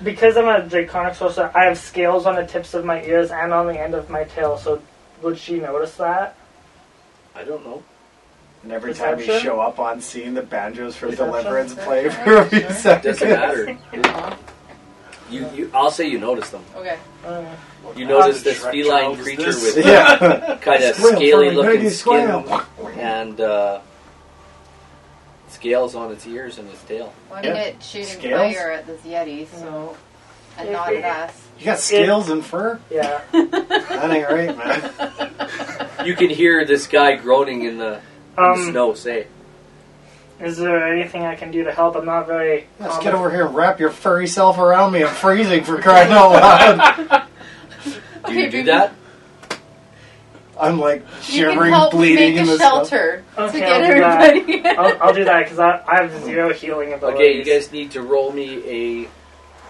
because I'm a draconic sorcerer, I have scales on the tips of my ears and on the end of my tail. So, would she notice that? I don't know. And every time you Perception? show up on scene, the banjos for Perception? Deliverance play for a few seconds. Doesn't matter. You, you, I'll say you notice them. Okay. Mm. Uh, You notice Shrek this child feline is creature this? <laughs> with <laughs> Yeah. <laughs> kind of Squeal for me, scaly looking baby, skin squeal. and uh, scales on its ears and its tail. Well, I'm Yeah. hit shooting Scales? fire at this Yeti, so. And not at us. You got scales and fur? <laughs> yeah. That ain't right, man. <laughs> You can hear this guy groaning in the, in the Um, snow. Say, is there anything I can do to help? I'm not very. Let's calm. get over here and wrap your furry self around me. I'm freezing for crying out loud. do Okay, you do baby. that? I'm like You shivering, can help bleeding make in a the snow. shelter to Okay, get I'll do that. everybody. <laughs> <laughs> I'll, I'll do that because I, I have zero healing abilities. Okay, you guys need to roll me a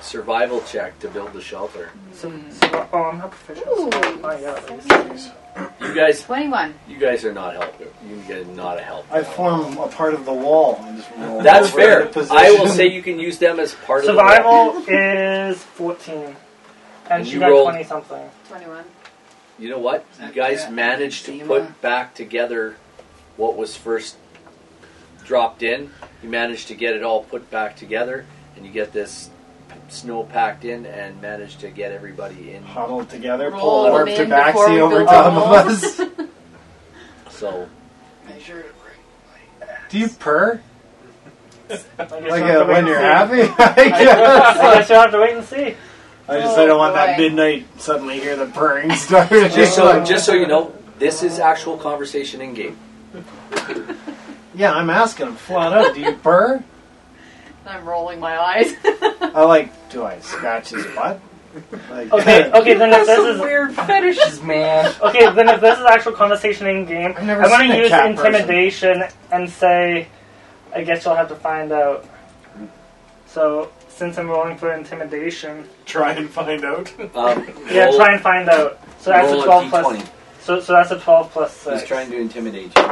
survival check to build the shelter. So, so- oh, I'm not proficient. so- Ooh, oh, yeah, at least. You guys, 21. you guys are not helping. You guys are not a help. I form a part of the wall and just roll. That's over into fair. I will position. say you can use them as part of the wall. Survival <laughs> is 14. And And she you got rolled- 20 something. 21. You know what? You guys managed to Zima. put back together what was first dropped in. You managed to get it all put back together, and you get this snow packed in, and managed to get everybody in. Huddled together, Roll pull a warp them in before we tabaxi over build top the of wall. <laughs> us. So Measure it right. Do you purr? I guess Like you'll have uh, to wait when and you're see. happy? <laughs> I guess. <laughs> I guess you'll have to wait and I see. <laughs> just I don't want that Oh, boy. midnight suddenly hear the purring start. Just just so like, just so you know, this is actual conversation in game. yeah, I'm asking him flat out, do you purr? I'm rolling my eyes. <laughs> I like, do I scratch his butt? <laughs> Like, uh, Okay, okay, then if this is weird fetishes, man. okay, then if this is actual conversation in game, I've never I want seen to a use cat person. intimidation and say, I guess you'll have to find out. So since I'm rolling for intimidation, Try and find out. Um, yeah, roll- try and find out. So that's roll a 12 D20. plus. So, so that's a 12 plus six. He's trying to intimidate you.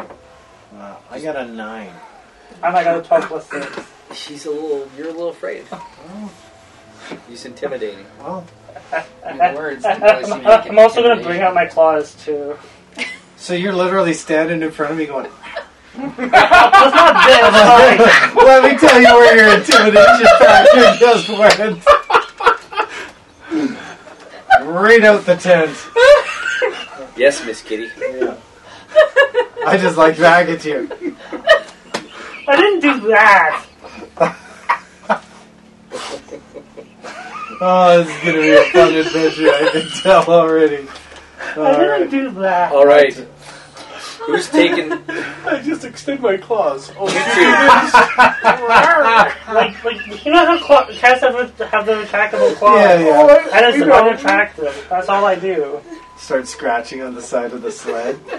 Wow, I got a nine. I'm like a 12 plus six. She's a little. You're a little afraid. He's intimidating. Well, Your words don't always seem like I'm also gonna bring out my claws too. so you're literally standing in front of me <laughs> going, <laughs> <laughs> That's not this. Sorry. let me tell you where your intimidation factor just <laughs> went. right out the tent. Yes, Miss Kitty. I just like back at you. I didn't do that. Oh, this is gonna be a fun adventure. I can tell already. I didn't Alright. do that. All right. Who's taking? I just extend my claws. Oh, <laughs> Like, like you know how claw- cats have, re- have the retractable claws. Yeah, yeah. I just unattract them. That's all I do. Start scratching on the side of the sled. <laughs>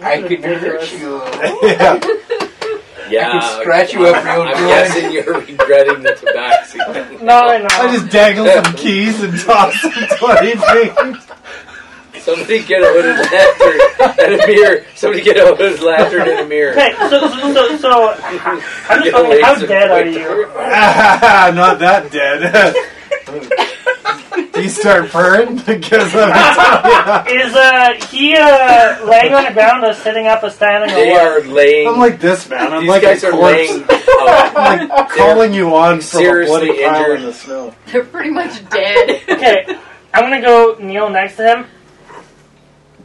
I could hurt <laughs> you. yeah. Yeah. I could scratch you up real I'm good. guessing you're regretting the <laughs> tabaxi. <laughs> No, I know. I just dangle some keys and toss some <laughs> twenty things. Somebody get a hooded lantern and a mirror. Somebody get a hooded lantern and a mirror. Okay, so so so, <laughs> so I'm just Get wondering away how some dead are quick. you? <laughs> Ah, Not that dead. <laughs> Do you start purring? <laughs> Because <laughs> I'm, Is uh he uh laying on the ground or sitting up or standing They or what? are laying. I'm like this, man. I'm these like guys a are corpse. laying. out. <laughs> I'm like calling you on from a Seriously bloody pile injured. in the snow. <laughs> They're pretty much <laughs> dead. Okay, I'm gonna go kneel next to him.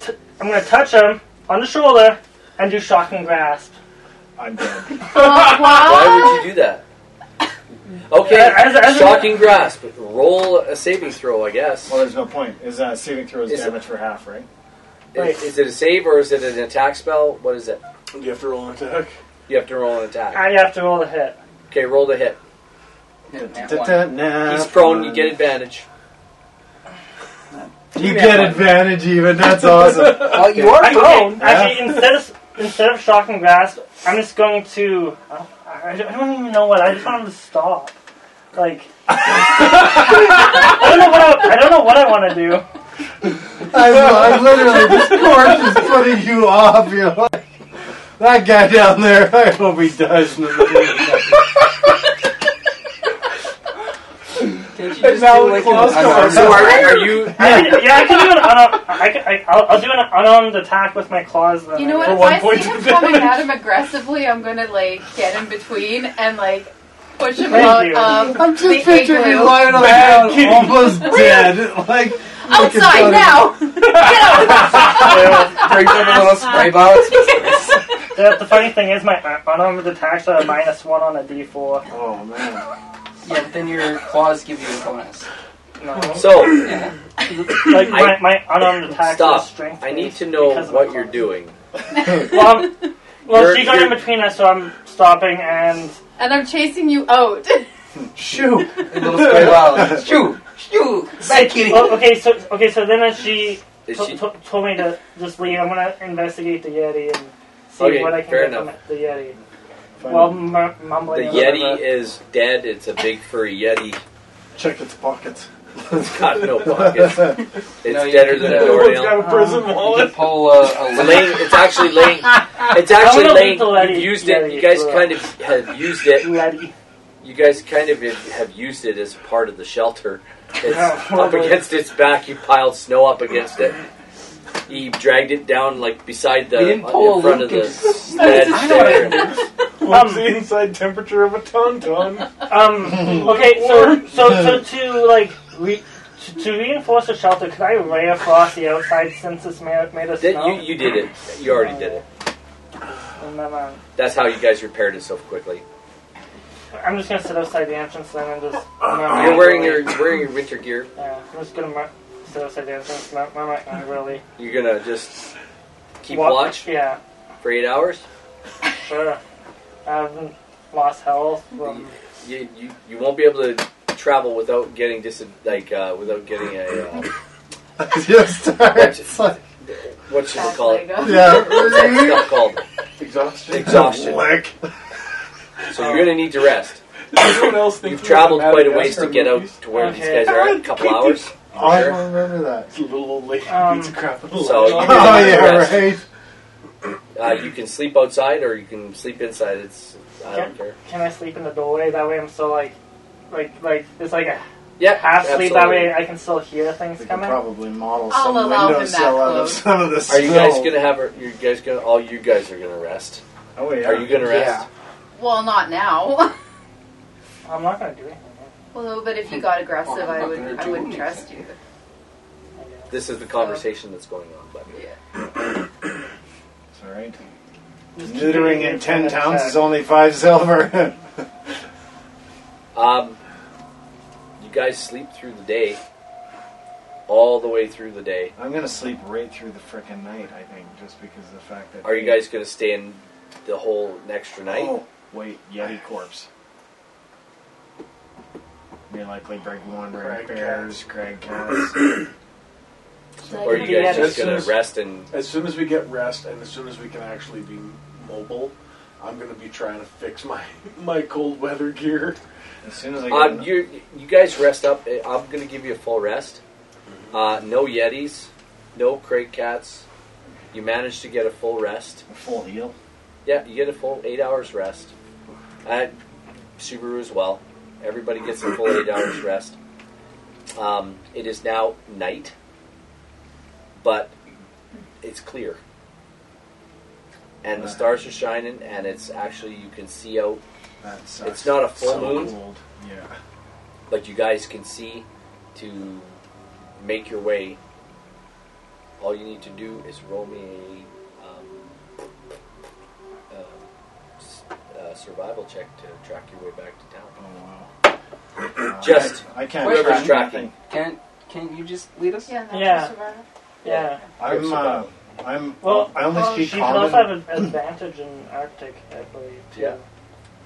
T- I'm gonna touch him on the shoulder and do shocking grasp. I'm dead. Oh, <laughs> Why would you do that? Okay, Yeah, as- as a- shocking grasp. Roll a saving throw, I guess. Well, there's no point. Is uh, saving throws Is it- damage for half, right? Is, is it a save or is it an attack spell? What is it? you have to roll an attack. You have to roll an attack. I have to roll a hit. Okay, roll the hit. That one. Da-da-na. He's prone. You get advantage. You get advantage even. That's <laughs> awesome. Well, you are prone. Okay, actually, instead of instead of shocking grasp, I'm just going to. I, I don't even know what. I just want him to stop. Like. <laughs> I don't know what I, I don't know what I want to do. I'm, I'm literally <laughs> this corpse is putting you off. You know? like, that guy down there. I hope he <laughs> dies. In the middle of the night." Can't you just do like an I'm sorry, <laughs> unarmed- so are, are you? I, yeah, I can do an unarmed. I can, I, I'll, I'll do an unarmed attack with my claws. Then. You know what? For If one I point see of him coming damage. at him aggressively, I'm gonna like get in between and like push him Thank out you. of I'm the just picturing you igloo. lying on the ground, <laughs> almost dead. Like outside now. <laughs> get out of the Brings up <laughs> a little spray bottle. The, the funny thing is, my unarmed attacks are a minus one on a D4. Oh man. Yeah, but then your claws give you a <laughs> bonus. No, <laughs> So like my, my unarmed attacks Stop. are strength. I need to know what you're doing. Well, I'm- well, You're- she got in you're- between us, so I'm stopping and. And I'm chasing you out. Shoot. <laughs> A little spray <laughs> bottle. Shoo! Shoo! Bad kitty! Oh, okay, so okay, so then as she, Is to- she? to- told me to just leave, I'm gonna investigate the Yeti and see Okay, what I can fair get enough. from the Yeti. Well, m- The mumbling. Yeti is dead. It's a big furry Yeti. Check its pockets. It's got <laughs> <laughs> no pockets. <laughs> It's No, you deader can, than uh, a Everyone's doornail. got a prison <laughs> wallet. Pull uh, a, a It's leg. laying. It's actually <laughs> laying. It's I'm actually gonna laying. leave the Yeti- You've used it. You Yeti guys for- kind of have used it. Yeti. You guys kind of have- have used it as part of the shelter. It's Yeah, up probably. against its back. You piled snow up against it. He dragged it down like beside the We didn't in pull a front of the Lincoln. <laughs> sledge I know what I there. What's the inside temperature of a tauntaun? Um. Okay. So so so to like re- to, to reinforce the shelter, could I ray of frost the outside since it's made made of Did- snow? you, you did it. You already did it. And then, um, That's how you guys repaired it so quickly. I'm just gonna sit outside the entrance then and just. You're Oh, wearing your you're wearing your winter gear. Yeah, I'm just gonna mar- sit outside the entrance. Not, not, not really. You're gonna just keep Wa- watch Yeah, for eight hours. sure. I've been- lost health. Um, You, you, you won't be able to travel without getting dis- like uh, without getting a uh, Just starts like what should we call it? What's that <laughs> yeah. stuff called? Exhaustion. Exhaustion. Lick. So you're gonna need to rest. Everyone else thinks You've traveled we're quite a Madagascar ways to get out monkeys. to where Okay. these guys are at, a couple hours. Oh, I Sure. don't remember that. It's a little old lady Um, beats the crap out of a So little you- dog. <laughs> Oh yeah, right. Uh, you can sleep outside or you can sleep inside. It's I don't care. can I sleep in the doorway? That way I'm still like, like, like it's like a Yeah, half sleep. That absolutely. way I can still hear things We can coming. probably model I'll some allow window him that sill out of close. some of the Are you guys snow. gonna have? You guys gonna? All you guys are gonna rest. Oh yeah. Are you gonna rest? Well, not now. <laughs> I'm not gonna do anything. Well, no, but if you Oh, got aggressive, I would I wouldn't trust you. This is the conversation that's going on. But Yeah. It's all right. Just keep Neutering it in ten inside. towns is only five <laughs> silver. Um, you guys sleep through the day, all the way through the day. I'm gonna sleep right through the frickin' night. I think just because of the fact that. Are you guys gonna stay in the whole extra night? Oh wait, Yeti corpse. We likely break wandering Crag bears, crag cats. <coughs> Or are you guys Yeah, just this gonna is- rest and As soon as we get rest and as soon as we can actually be mobile, I'm gonna be trying to fix my my cold weather gear. As soon as I get Um, you you guys rest up. eh, I'm gonna give you a full rest. Mm-hmm. Uh, no Yetis, no crate cats. You manage to get a full rest. a full heal, Yeah, you get a full eight hours rest. At Subaru as well. Everybody gets a full eight hours rest. Um, it is now night, but it's clear, and the stars are shining, and it's actually you can see out that sucks. It's not a full so moon. Cold. Yeah. but you guys can see to make your way. All you need to do is roll me a um, uh, s- uh, survival check to track your way back to town. Oh wow. Uh, <coughs> Just I, I can't. whoever's track tracking. anything. Can, can you just lead us? Yeah. Natural Yeah. survival. Yeah. I'm. Uh, I'm. Well, I only well, She speak can common. also have an advantage in Arctic, I believe. Too. Yeah.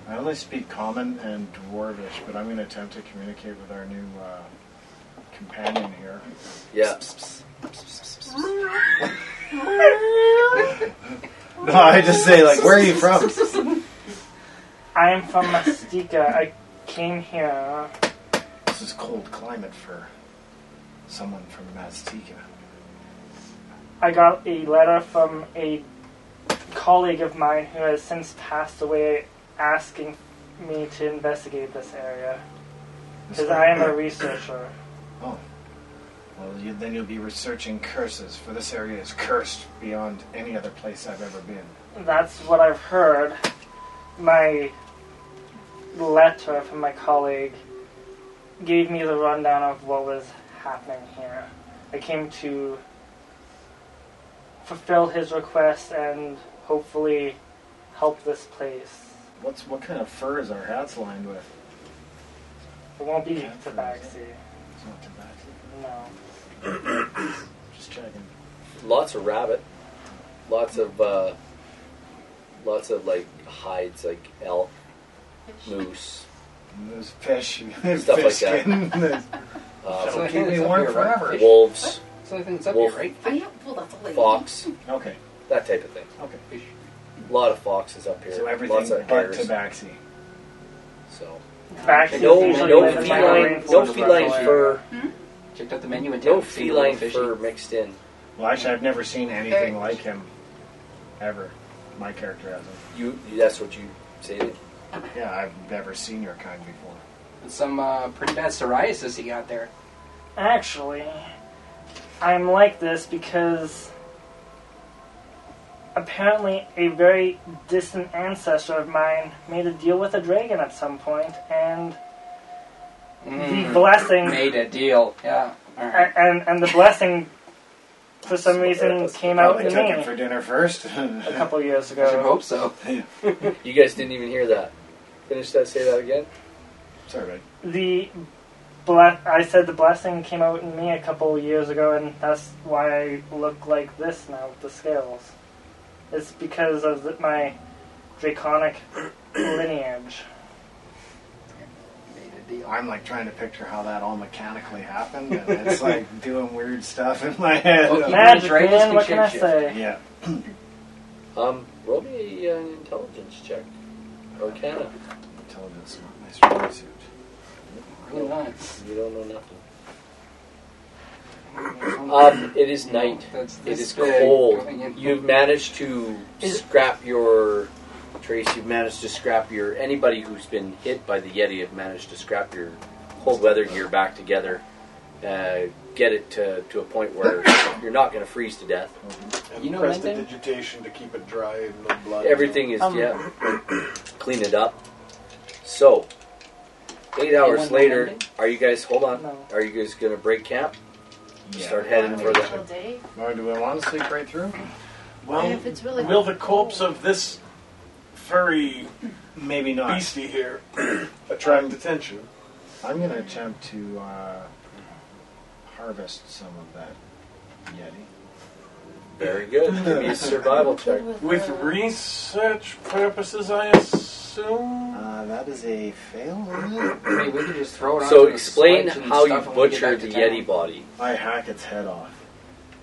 I only speak common and dwarvish, but I'm going to attempt to communicate with our new uh, companion here. Yeah. <laughs> <laughs> No, I just say like, where are you <laughs> from? I am from Mastika. I came here. This is cold climate for someone from Mazteca. I got a letter from a colleague of mine who has since passed away asking me to investigate this area. Because I am a researcher. Oh. Well, you, then you'll be researching curses, for this area is cursed beyond any other place I've ever been. That's what I've heard. My letter from my colleague gave me the rundown of what was happening here. I came to fulfill his request and hopefully help this place. What's what kind of fur is our hats lined with? It won't be Cat fur, is tabaxi. It's not tobacco. No. Just checking. Lots of rabbit. Lots of uh, lots of like hides, like elk, moose. Those fish, <laughs> and Stuff like fish that. skin. <laughs> That. Uh, So I keep think me it's up warm here, right? forever. wolves, So I think it's up Wolf. here, right? Oh, yeah, well, that's a lady. fox, Okay, that type of thing. okay. A lot of foxes up here. So everything Lots of but hares. tabaxi. So Tabaxi no, is usually no lived in feline, rainforest no right feline away. fur, Checked out the menu and no tapped, see the feline little fish. fur mixed in. Well, actually, I've never seen anything Very- like him, ever. My character hasn't. You, that's what you say. Yeah, I've never seen your kind before. Some uh, pretty bad psoriasis he got there. Actually, I'm like this because apparently a very distant ancestor of mine made a deal with a dragon at some point, and the Mm. blessing Mm. Made a deal. Yeah. All a- right. and and the blessing for some reason came out uh, Probably to took him me for dinner first. a couple years I should ago. hope so. You guys didn't even hear that. Finish that. Say that again. <laughs> Sorry, bud. The ble- I said the blessing came out in me a couple years ago, and that's why I look like this now with the scales. It's because of the, my draconic <coughs> lineage. Made a deal. I'm like trying to picture how that all mechanically happened, and <laughs> it's like doing weird stuff in my head. Oh, Okay. Magic, Dragons man, can what can I shapeshift. say? Yeah. Um, roll me an intelligence check. Arcana. Intelligence, not my strong suit. Really nice. You don't know nothing. Um, it is night. That's It is this big cold. coming in. You've managed to Is- scrap your Trace. You've managed to scrap your anybody who's been hit by the Yeti have managed to scrap your cold weather gear back together. Uh, get it to, to a point where you're not going to freeze to death. You know press the Linden? digitation to keep it dry and no blood. Everything is Um, yeah. Clean it up. So, eight want hours more later, Linden? are you guys? Hold on. No. Are you guys going to break camp? Yeah. Start Long heading for wait <laughs> all the. day. Or do we want to sleep right through? And Well, if it's really Um, will the cold. corpse of this furry Maybe not. beastie here <coughs> attract attention? I'm going to attempt to uh, harvest some of that Yeti. Very good. Give me a survival check. With uh, research purposes, I assume. Uh, that is a fail. isn't it? Hey, we could just throw it So onto the explain sledge and how you stuff when we get butchered back to the town. Yeti body. I hack its head off.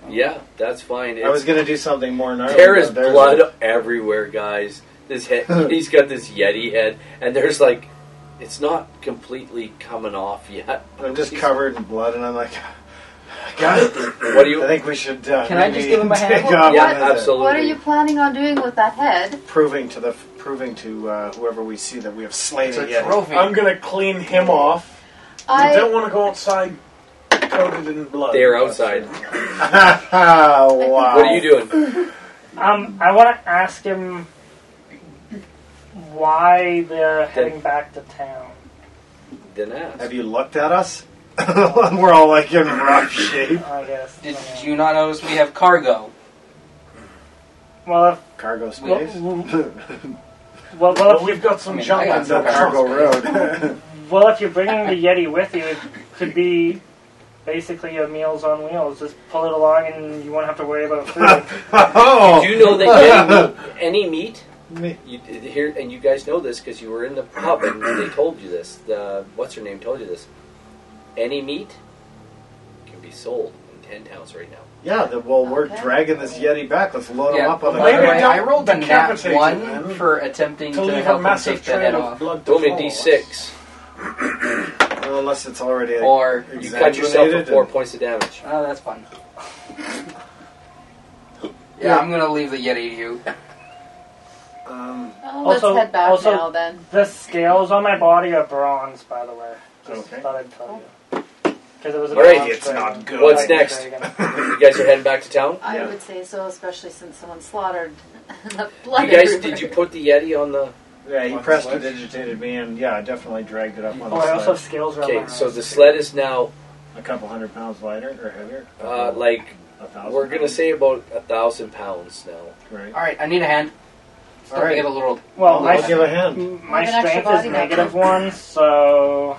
Yeah, that's fine. I was It's, going to do something more gnarly. Tara's but there's blood a- everywhere, guys. This <laughs> head, he's got this Yeti head, and there's like, it's not completely coming off yet. I'm just covered in blood, and I'm like, God, What do I you? think we should. Uh, Can I just maybe give him a hand? take off Yeah, one of the- absolutely. What are you planning on doing with that head? proving to the proving to uh, whoever we see that we have slain It's it a yet. trophy. I'm gonna clean him off. I don't I want to go outside coated in blood. They are outside. <laughs> wow. What are you doing? Um, I want to ask him why they're heading back to town. Then ask. Have you looked at us? <laughs> We're all like in rough shape. I guess. Did you not notice we have cargo? Well, if, Cargo space. <laughs> well, well, Well, if we've you got some I mean, I jump got in No some there. cargo space. road. well, if you're bringing the Yeti with you, it could be basically a meals on wheels. Just pull it along, and you won't have to worry about food. <laughs> oh, Do you know <laughs> that Yeti, any meat? Me- You, here, and you guys know this because you were in the pub and they told you this. The what's her name told you this. Any meat can be sold in ten towns right now. Yeah, the, well, we're Okay. dragging this Yeti back. Let's load him Yeah. up on the By the Maybe way, ground. don't I rolled a nat decapitate one him, man. for attempting To to, leave a help him massive take the trail head of off. blood. to Roll me a follow us. d6. Well, unless it's already Or You cut yourself for exsanguinated four and- points of damage. Oh, that's <laughs> fun. Yeah. Yeah, I'm gonna leave the Yeti to you. <laughs> Um, Oh, Also- let's head back also- now then. The scales on my body are bronze, by the way. Just Okay. thought I'd tell you. Because it was a Alrighty, bronze it's dragon. not good. Like What's the next? dragon. You guys are heading back to town. I Yeah. would say so, especially since someone slaughtered <laughs> the blood. You guys, everywhere. did you put the Yeti on the? yeah, he On the pressed sledge? and digitated me, and yeah, I definitely dragged it up on Oh, I the also have sled. scales around my Okay, so eyes. the sled is now A couple hundred pounds lighter or heavier. uh, like a thousand we're gonna pounds. say about a thousand pounds now. Right. All right, I need a hand. Stop Alright. being a little. Well, I'll my, give a hand. my Have an extra strength is body now. negative one, so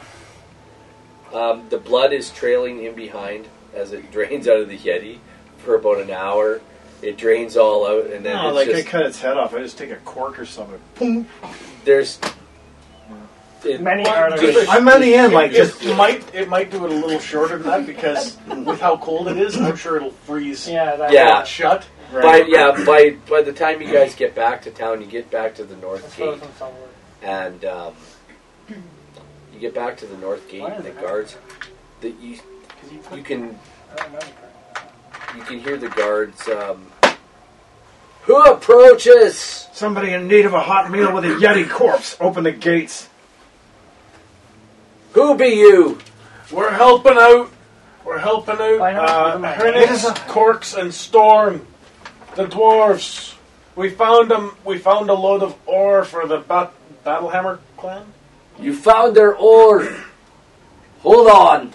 Um, the blood is trailing in behind as it <laughs> drains out of the Yeti for about an hour. It drains all out, and then Oh, No, it's like just I cut its head off. I just take a cork or something. there's it- many Well, arteries. just- I'm on <laughs> the end, like It, just. it might it might do it a little shorter than that because with how cold it is, I'm sure it'll freeze Yeah, that Yeah. shut. by yeah by by the time you guys get back to town, you get back to the That's north what I gate, was gonna tell you. and um, you get back to the north gate, Why is and the it- guards that you you can I don't know. you can hear the guards. Um, Who approaches? Somebody in need of a hot meal with a Yeti corpse. Open the gates. Who be you? We're helping out. We're helping out. Why not? Uh, Never mind. It is Hernix, a- Corks, and Storm, the dwarves. We found them. We found a load of ore for the bat- Battlehammer clan. You found their ore. Hold on.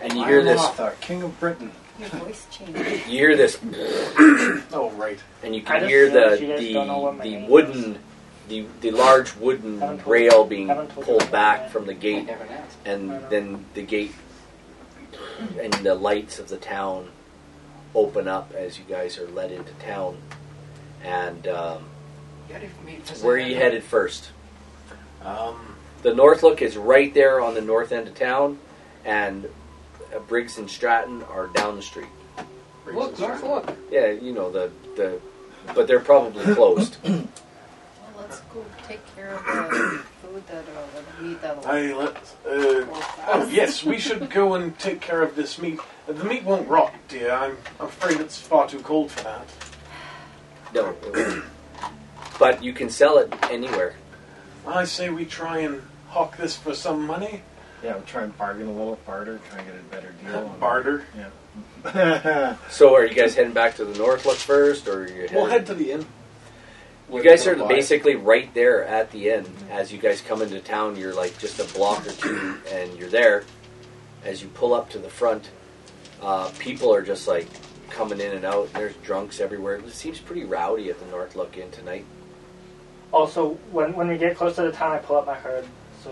And you hear I'm this. Lothar, King of Britain. Your voice changed. You hear this, Oh right. and you I can just hear the realized you guys the, don't know what my the name is. wooden, the the large wooden Haven't told- rail being haven't told you pulled my back name. from the I gate, never asked. and I know. then the gate and the lights of the town open up as you guys are led into town. And um, Yeti for me, just where are like- you headed first? Um, The north look is right there on the north end of town, and uh, Briggs and Stratton are down the street. Look, North, look. Yeah, you know the the, but they're probably closed. Well, let's go take care of the food that uh, the meat that I let. Uh, oh yes, we should go and take care of this meat. The meat won't rot, dear. I'm I'm afraid it's far too cold for that. no, it won't. but you can sell it anywhere. I say we try and hawk this for some money. Yeah, we'll try and bargain a little barter. Try and get a better <laughs> deal. On Barter. Yeah. So are you guys heading back to the north look first, or are you? We'll head heading- to the inn. You guys are basically right there at the end. As you guys come into town, you're like just a block or two, and you're there. As you pull up to the front, uh, people are just like coming in and out. There's drunks everywhere. It seems pretty rowdy at the North Look Inn tonight. Also, when when we get close to the town, I pull up my herd, so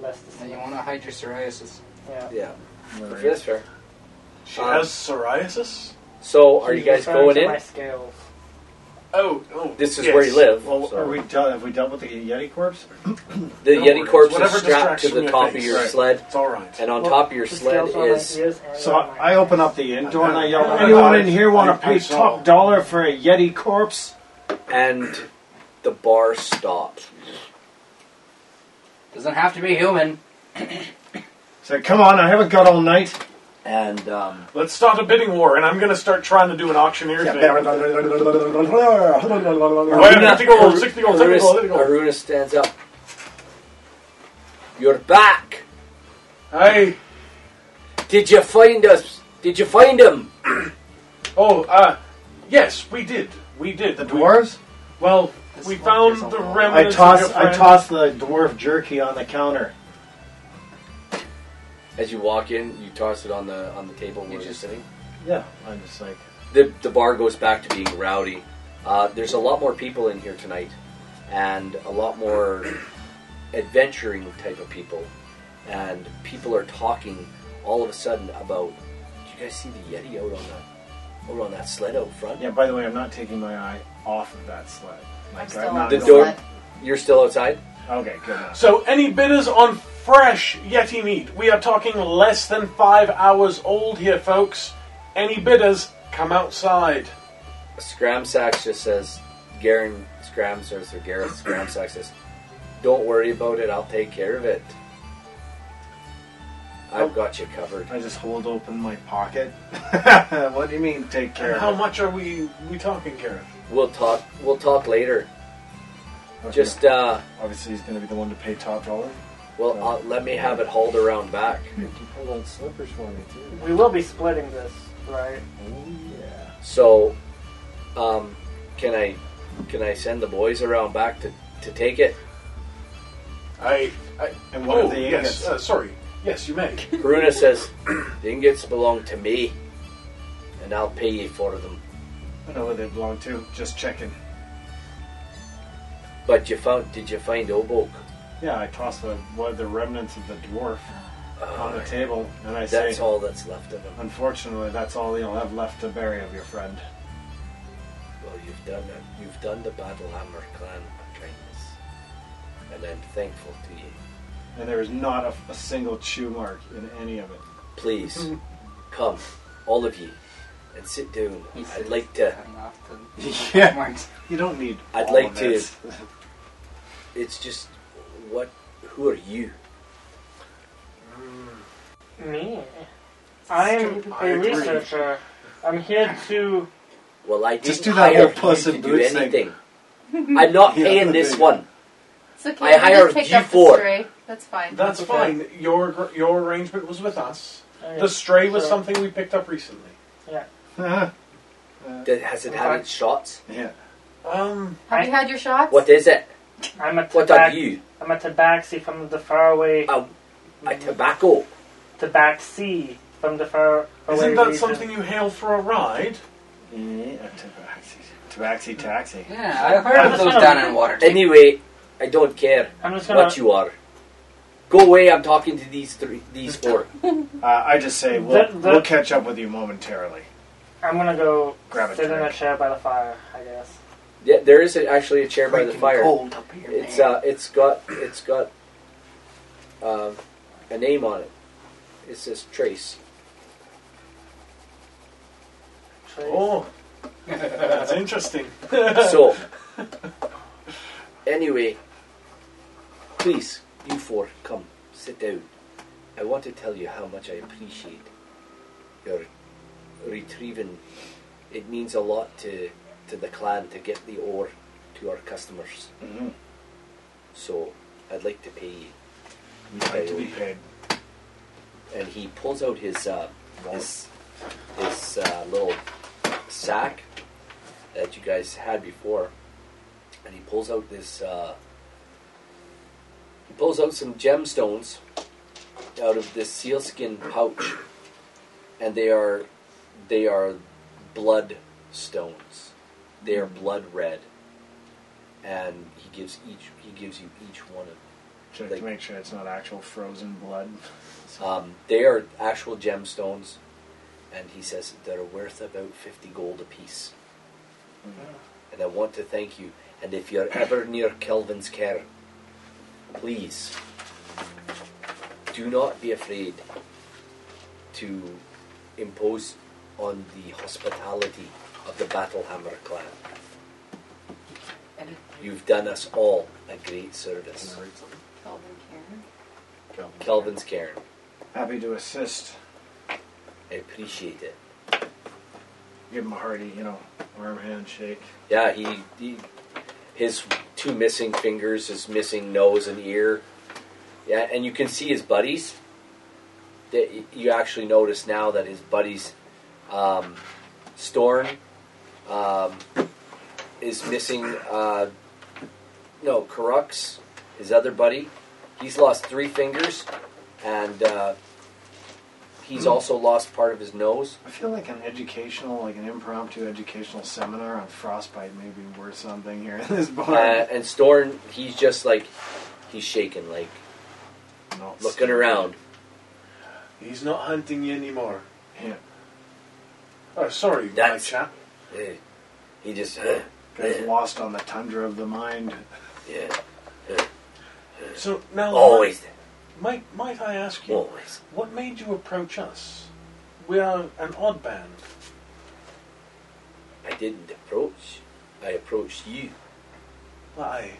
less to And see. you want to hide your psoriasis? Yeah. Yeah, Where that's fair. She Um, has psoriasis. So are you guys Referring going to in? My scales. Oh, oh. This is yes. where you live. Well, so- are we done? Have we dealt with the Yeti corpse? the No Yeti worries. corpse is Whatever strapped to the distracts from top your of face. your Right. sled, It's all right. and on Well, top of your The sled scales are on my is ears and So they're on my- I, I open up the inn door and I yell, I- "Anyone in here want I- I to pay saw- top dollar for a Yeti corpse?" and the bar stops. Doesn't have to <laughs> be human. Say, "Come on, I haven't got all night." And um, Let's start a bidding war, and I'm going to start trying to do an auctioneer thing. Wait, Aruna, 50 gold, Aru- 60 gold, 70 gold, 80 gold. Aruna stands up. You're back. Hey, Did you find us? Did you find him? oh, uh, yes, we did. We did. The We- dwarves. well, This we one found is a the I lot. remnants toss of your I friend. toss the dwarf jerky on the counter. As you walk in, you toss it on the on the table where You you're just- sitting. Yeah, I'm just like, the, the bar goes back to being rowdy. Uh, there's a lot more people in here tonight, and a lot more adventuring type of people. And people are talking all of a sudden about. Do you guys see the Yeti out on that out on that sled out front? yeah. By the way, I'm not taking my eye off of that sled. Like, I'm still not on The the going- door- sled. You're still outside. Okay, good enough. So any bidders on fresh Yeti meat? We are talking less than five hours old here, folks. Any bidders, come outside. Scramsax just says, Garen Scramsax or Gareth Scramsax says, "Don't worry about it. I'll take care of it. I've got you covered." I just hold open my pocket. <laughs> what do you mean, take care? And how of it? much are we we talking, Gareth? We'll talk. We'll talk later. Okay. Just uh, obviously, he's going to be the one to pay top dollar. well, uh, let me have it hauled around back. You pulled out slippers for me too. We will be splitting this, right? Oh yeah. So, um, can I can I send the boys around back to, to take it? I, I And what oh are the yes, ingots? uh, sorry, yes, you may. Bruna says, "The ingots belong to me, and I'll pay you for them." I know where they belong to. Just checking. But you found? Did you find Obok? Yeah, I toss the one of the remnants of the dwarf on the table, and I say, That's all that's left of him. "Unfortunately, that's all you'll have left to bury of your friend." Well, you've done it. You've done the Battle Hammer clan a kindness, and I'm thankful to you. And there is not a, a single chew mark in any of it. Please, come, all of you, and sit down. He I'd sits like to. down off <laughs> the- Yeah. Mark's- You don't need. I'd all like of to- it. <laughs> It's just, what? Who are you? Me. I'm I a agree. researcher. I'm here to. Well, I didn't Just do that hire whole Puss you in to do Boots thing. anything. I'm not Yeah, paying the this big- one. It's okay. I you hired just picked up the G4. stray. That's fine. That's Okay. fine. Your gr- your arrangement was with us. I- The stray was Sure. something we picked up recently. Th- Has it had its shots? yeah. Um, Have you had your shots? What is it? I'm a What are tabac- you? I'm a tabaxi from the faraway. Um, a tobacco. Tabaxi from the faraway. isn't that region. something you hail for a ride? Yeah, Eh, tabaxi, tabaxi, taxi. Yeah, I heard of those down in Watertown. Anyway, I don't care I'm just gonna. what you are. Go away. I'm talking to these three, these four. Uh, I just say we'll, That- that- we'll catch up with you momentarily. I'm gonna go Grab a sit in a drink. chair by the fire. I guess. Yeah, there is a, actually a chair by the Freaking fire. Cold up here. It's uh, it's got it's got um, a name on it. It says Trace. Trace. Oh, that's interesting. <laughs> So, anyway, please, you four, come sit down. I want to tell you how much I appreciate your retrieving. It means a lot to to the clan to get the ore to our customers. Mhm. So, I'd like to pay you. You'd like to be paid. and he pulls out his uh, his, his uh, little sack that you guys had before, and he pulls out this uh, he pulls out some gemstones out of this sealskin pouch, and they are they are blood stones. They are blood red, and he gives each he gives you each one of Check Like- to make sure it's not actual frozen blood. Um, they are actual gemstones, and he says they're worth about 50 gold apiece. And I want to thank you. And if you're ever near Kelvin's care, please do not be afraid to impose on the hospitality of the Battlehammer clan. You've done us all a great service. Kelvin Karen. Kelvin's care, Happy to assist. I appreciate it. Give him a hearty, you know, arm handshake. Yeah, he, he his two missing fingers, his missing nose and ear. Yeah, and you can see his buddies. That y- you actually notice now that his buddies, um, Storm, um, is missing. Uh, no, Karux, his other buddy, he's lost three fingers, and uh, he's also lost part of his nose. I feel like an educational, like an impromptu educational seminar on frostbite may be worth something here in this bar. Uh, and Storm, he's just like he's shaking, like Not looking around. <laughs> He's not hunting you anymore. Yeah. Oh, sorry, my That's- chap. Eh, He just, Guys lost on the tundra of the mind. yeah. Always. So now, Always there. might might I ask you, Always. what made you approach us? We are an odd band. I didn't approach. I approached you. Aye.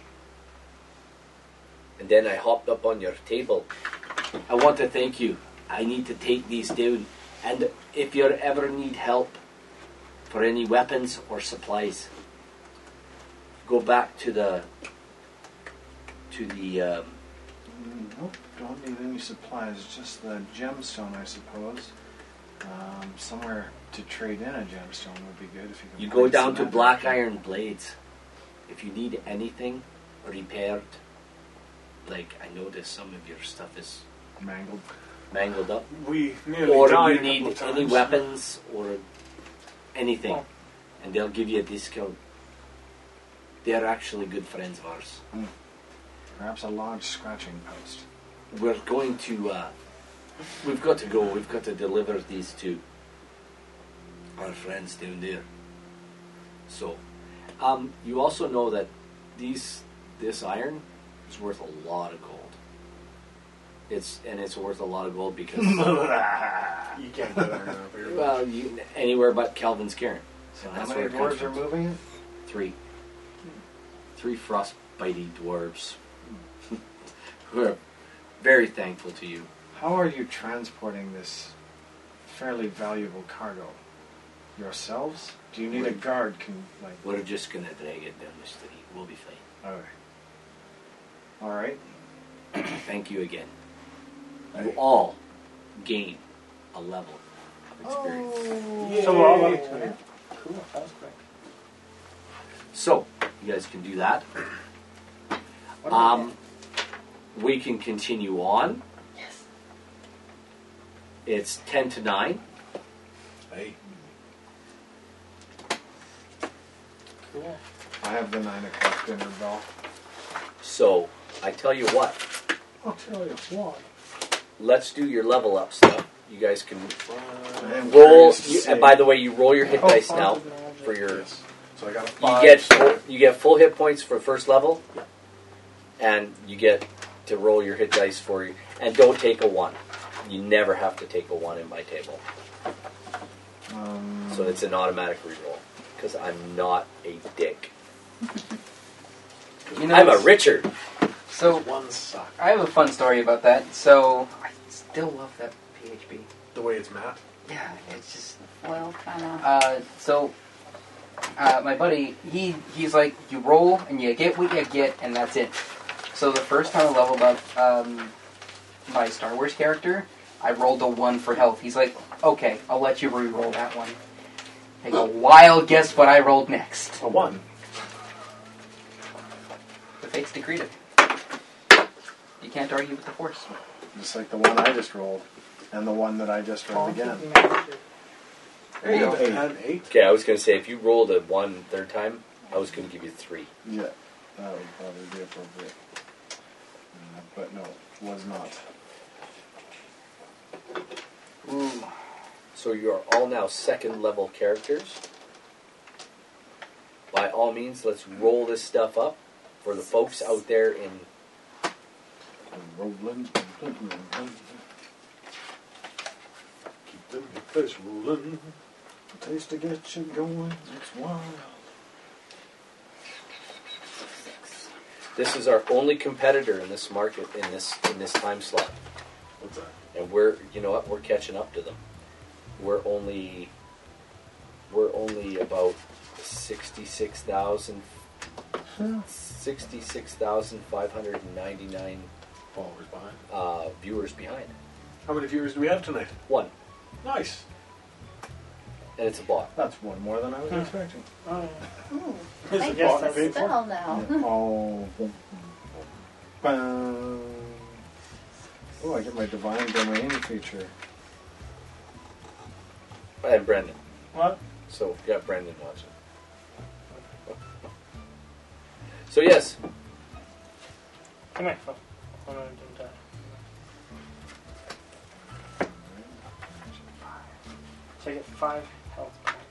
And then I hopped up on your table. I want to thank you. I need to take these down. And if you ever need help for any weapons or supplies, go back to the to the um, Nope, Mm, oh, don't need any supplies, just the gemstone, I suppose. Um, somewhere to trade in a gemstone would be good if you could. you go find down to some Black out there. Iron Blades. If you need anything repaired, like I noticed some of your stuff is Mangled. mangled up. We nearly or died you a need couple of any times. <laughs> weapons or anything, Well- and they'll give you a discount. They're actually good friends of ours. Perhaps a large scratching post. We're going to. Uh, we've got to go. We've got to deliver these to our friends down there. So, um, you also know that these this iron is worth a lot of gold. It's and it's worth a lot of gold because <laughs> You can't get iron up here. well, you, anywhere but Kelvin's Cairn. So That's how where many it comes dwarves from. are moving it? Three. Three frostbitey dwarves. <laughs> Who are very thankful to you. How are you transporting this fairly valuable cargo? Yourselves? Do you need a Wait. guard? Can like We're just gonna drag it down the street. We'll be fine. all right, all right. Thank you again. You Hey. all gain a level of experience. Oh. Oh. So we're all up Yay. to it. Cool, that was quick. So, you guys can do that. What about Um, we can continue on. Yes. It's 10 to 9. Hey, Cool. that? I have the nine o'clock dinner bell. So, I tell you what, I'll tell you what. let's do your level up stuff. You guys can I'm roll. curious to You, see. and by the way, you roll your hit Oh, dice now positive magic. for your yes. So I got a You five. get so full, you get full hit points for first level, and you get to roll your hit dice for you. And don't take a one. You never have to take a one in my table, um, so it's an automatic reroll. Because I'm not a dick. You know, uh, I'm a it's- Richard. So one suck. I have a fun story about that. So I still love that PHP. The way it's mapped. Yeah, it's just Well, come on. uh, so. Uh, my buddy, he he's like, you roll and you get what you get, and that's it. So the first time I leveled up um, my Star Wars character, I rolled a one for health. He's like, okay, I'll let you re-roll that one. Take a wild guess what I rolled next. A one. The fates decreed it. You can't argue with the force. just like the one I just rolled, and the one that I just rolled again. Positive magic. Hey, Yeah. I had an eight. Okay, I was gonna say if you rolled a one third time, I was gonna give you three. Yeah, that would probably be appropriate. Uh, but no, was not. Ooh. So you are all now second level characters. By all means, let's roll this stuff up for the folks out there in Rolling. Keep them hippos rolling. Taste to get you going. It's wild. This is our only competitor in this market in this in this time slot, What's that? and we're you know what we're catching up to them. We're only we're only about sixty six thousand sixty six thousand five hundred and ninety nine Followers behind. uh, viewers behind How many viewers do we have tonight? one, Nice. and it's a bot. That's one more than I was expecting. Oh, yeah. Ooh, Is I it guess just that a spell now. Yeah. Oh. Bum. Oh, I get my divine domain feature. And Brendan, What? so we've got Brendan watching. So yes, Come here. Oh, oh, no, I didn't die. So I get five health points.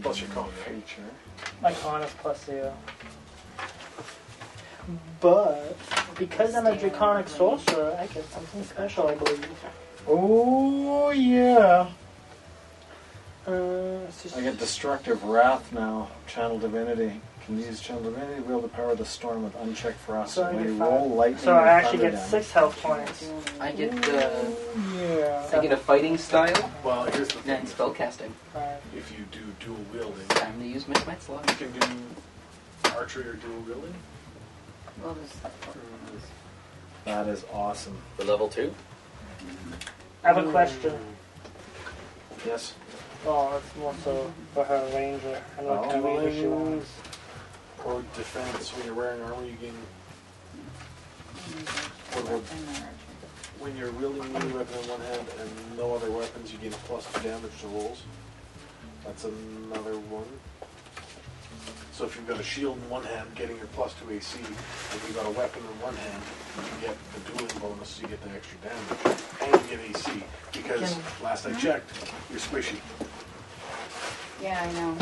Plus your con, right? feature. My con is plus zero. But because I'm a draconic sorcerer, I get something special, I believe. Oh yeah. Uh, it's just- I get destructive wrath now. Channel divinity. Can use channel divinity to wield the power of the storm with unchecked frost. So I when get you five. roll lightning. so I and actually thunder get damage. six Oh, health points. I get the. Yeah. I get a fighting style Well, here's the thing. and spellcasting. Alright. If you do dual wielding, Time to use my might slot. you can do archery or dual wielding. <laughs> We'll just That is awesome. For level two? I have a question. Yes. Well, it's more so for her ranger and what kind of ranger she wants. Or defense when you're wearing armor, you gain. Or weapon when- when you're wielding melee weapon in one hand and no other weapons, you gain a plus two damage to rolls. That's another one. So if you've got a shield in one hand, getting your plus two AC, and you've got a weapon in one hand, you get the dueling bonus, you get the extra damage, and you get AC. Because last I checked, you're squishy. or- Yeah, I know.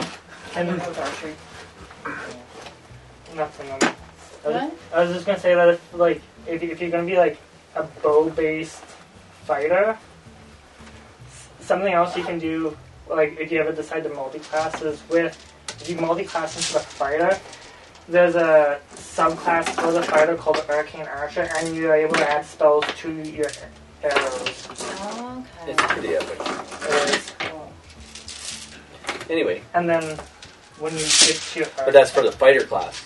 I And- don't know with archery. Nothing. on that. I was- What? I was just gonna say that if like if, if you're gonna be like a bow based fighter, s- something else you can do like if you ever decide to multi-class is with if you multi-class into the fighter, there's a subclass for the fighter called the Arcane Archer, and you are able to add spells to your arrows. Okay. It's pretty epic. Arrows. Cool. Anyway, And then when you get to your but that's for the fighter class.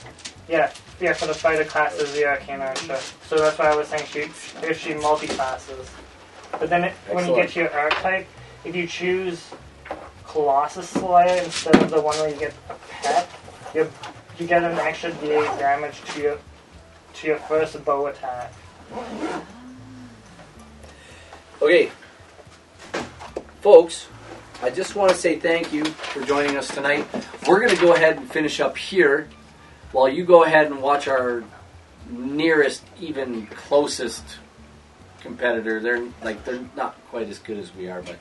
Yeah, yeah, for the fighter classes, yeah, I can archer. So that's why I was saying she, if she multi-classes. But then it, when you get Excellent. to your archetype, if you choose Colossus Slayer instead of the one where you get a pet, you, you get an extra d8 damage to your to your first bow attack. Okay. Folks, I just want to say thank you for joining us tonight. We're going to go ahead and finish up here while you go ahead and watch our nearest, even closest competitor. They're like they're not quite as good as we are, but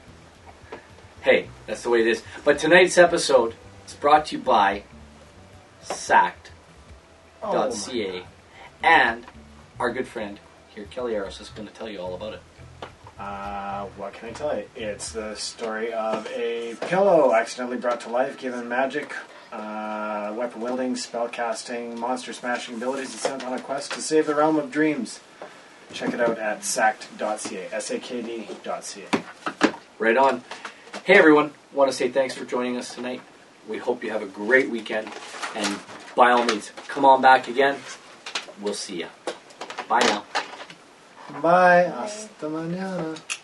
hey, that's the way it is. But tonight's episode is brought to you by Sacked.ca Oh, and our good friend here, Kelly Aros, is going to tell you all about it. Uh, what can I tell you? It's the story of a pillow accidentally brought to life, given magic, uh, weapon wielding, spell casting, monster smashing abilities, and sent on a quest to save the realm of dreams. Check it out at sacked.ca. S A K D.ca. Right on. Hey everyone, want to say thanks for joining us tonight. We hope you have a great weekend, and by all means, come on back again. We'll see ya. Bye now. Bye. Hasta mañana.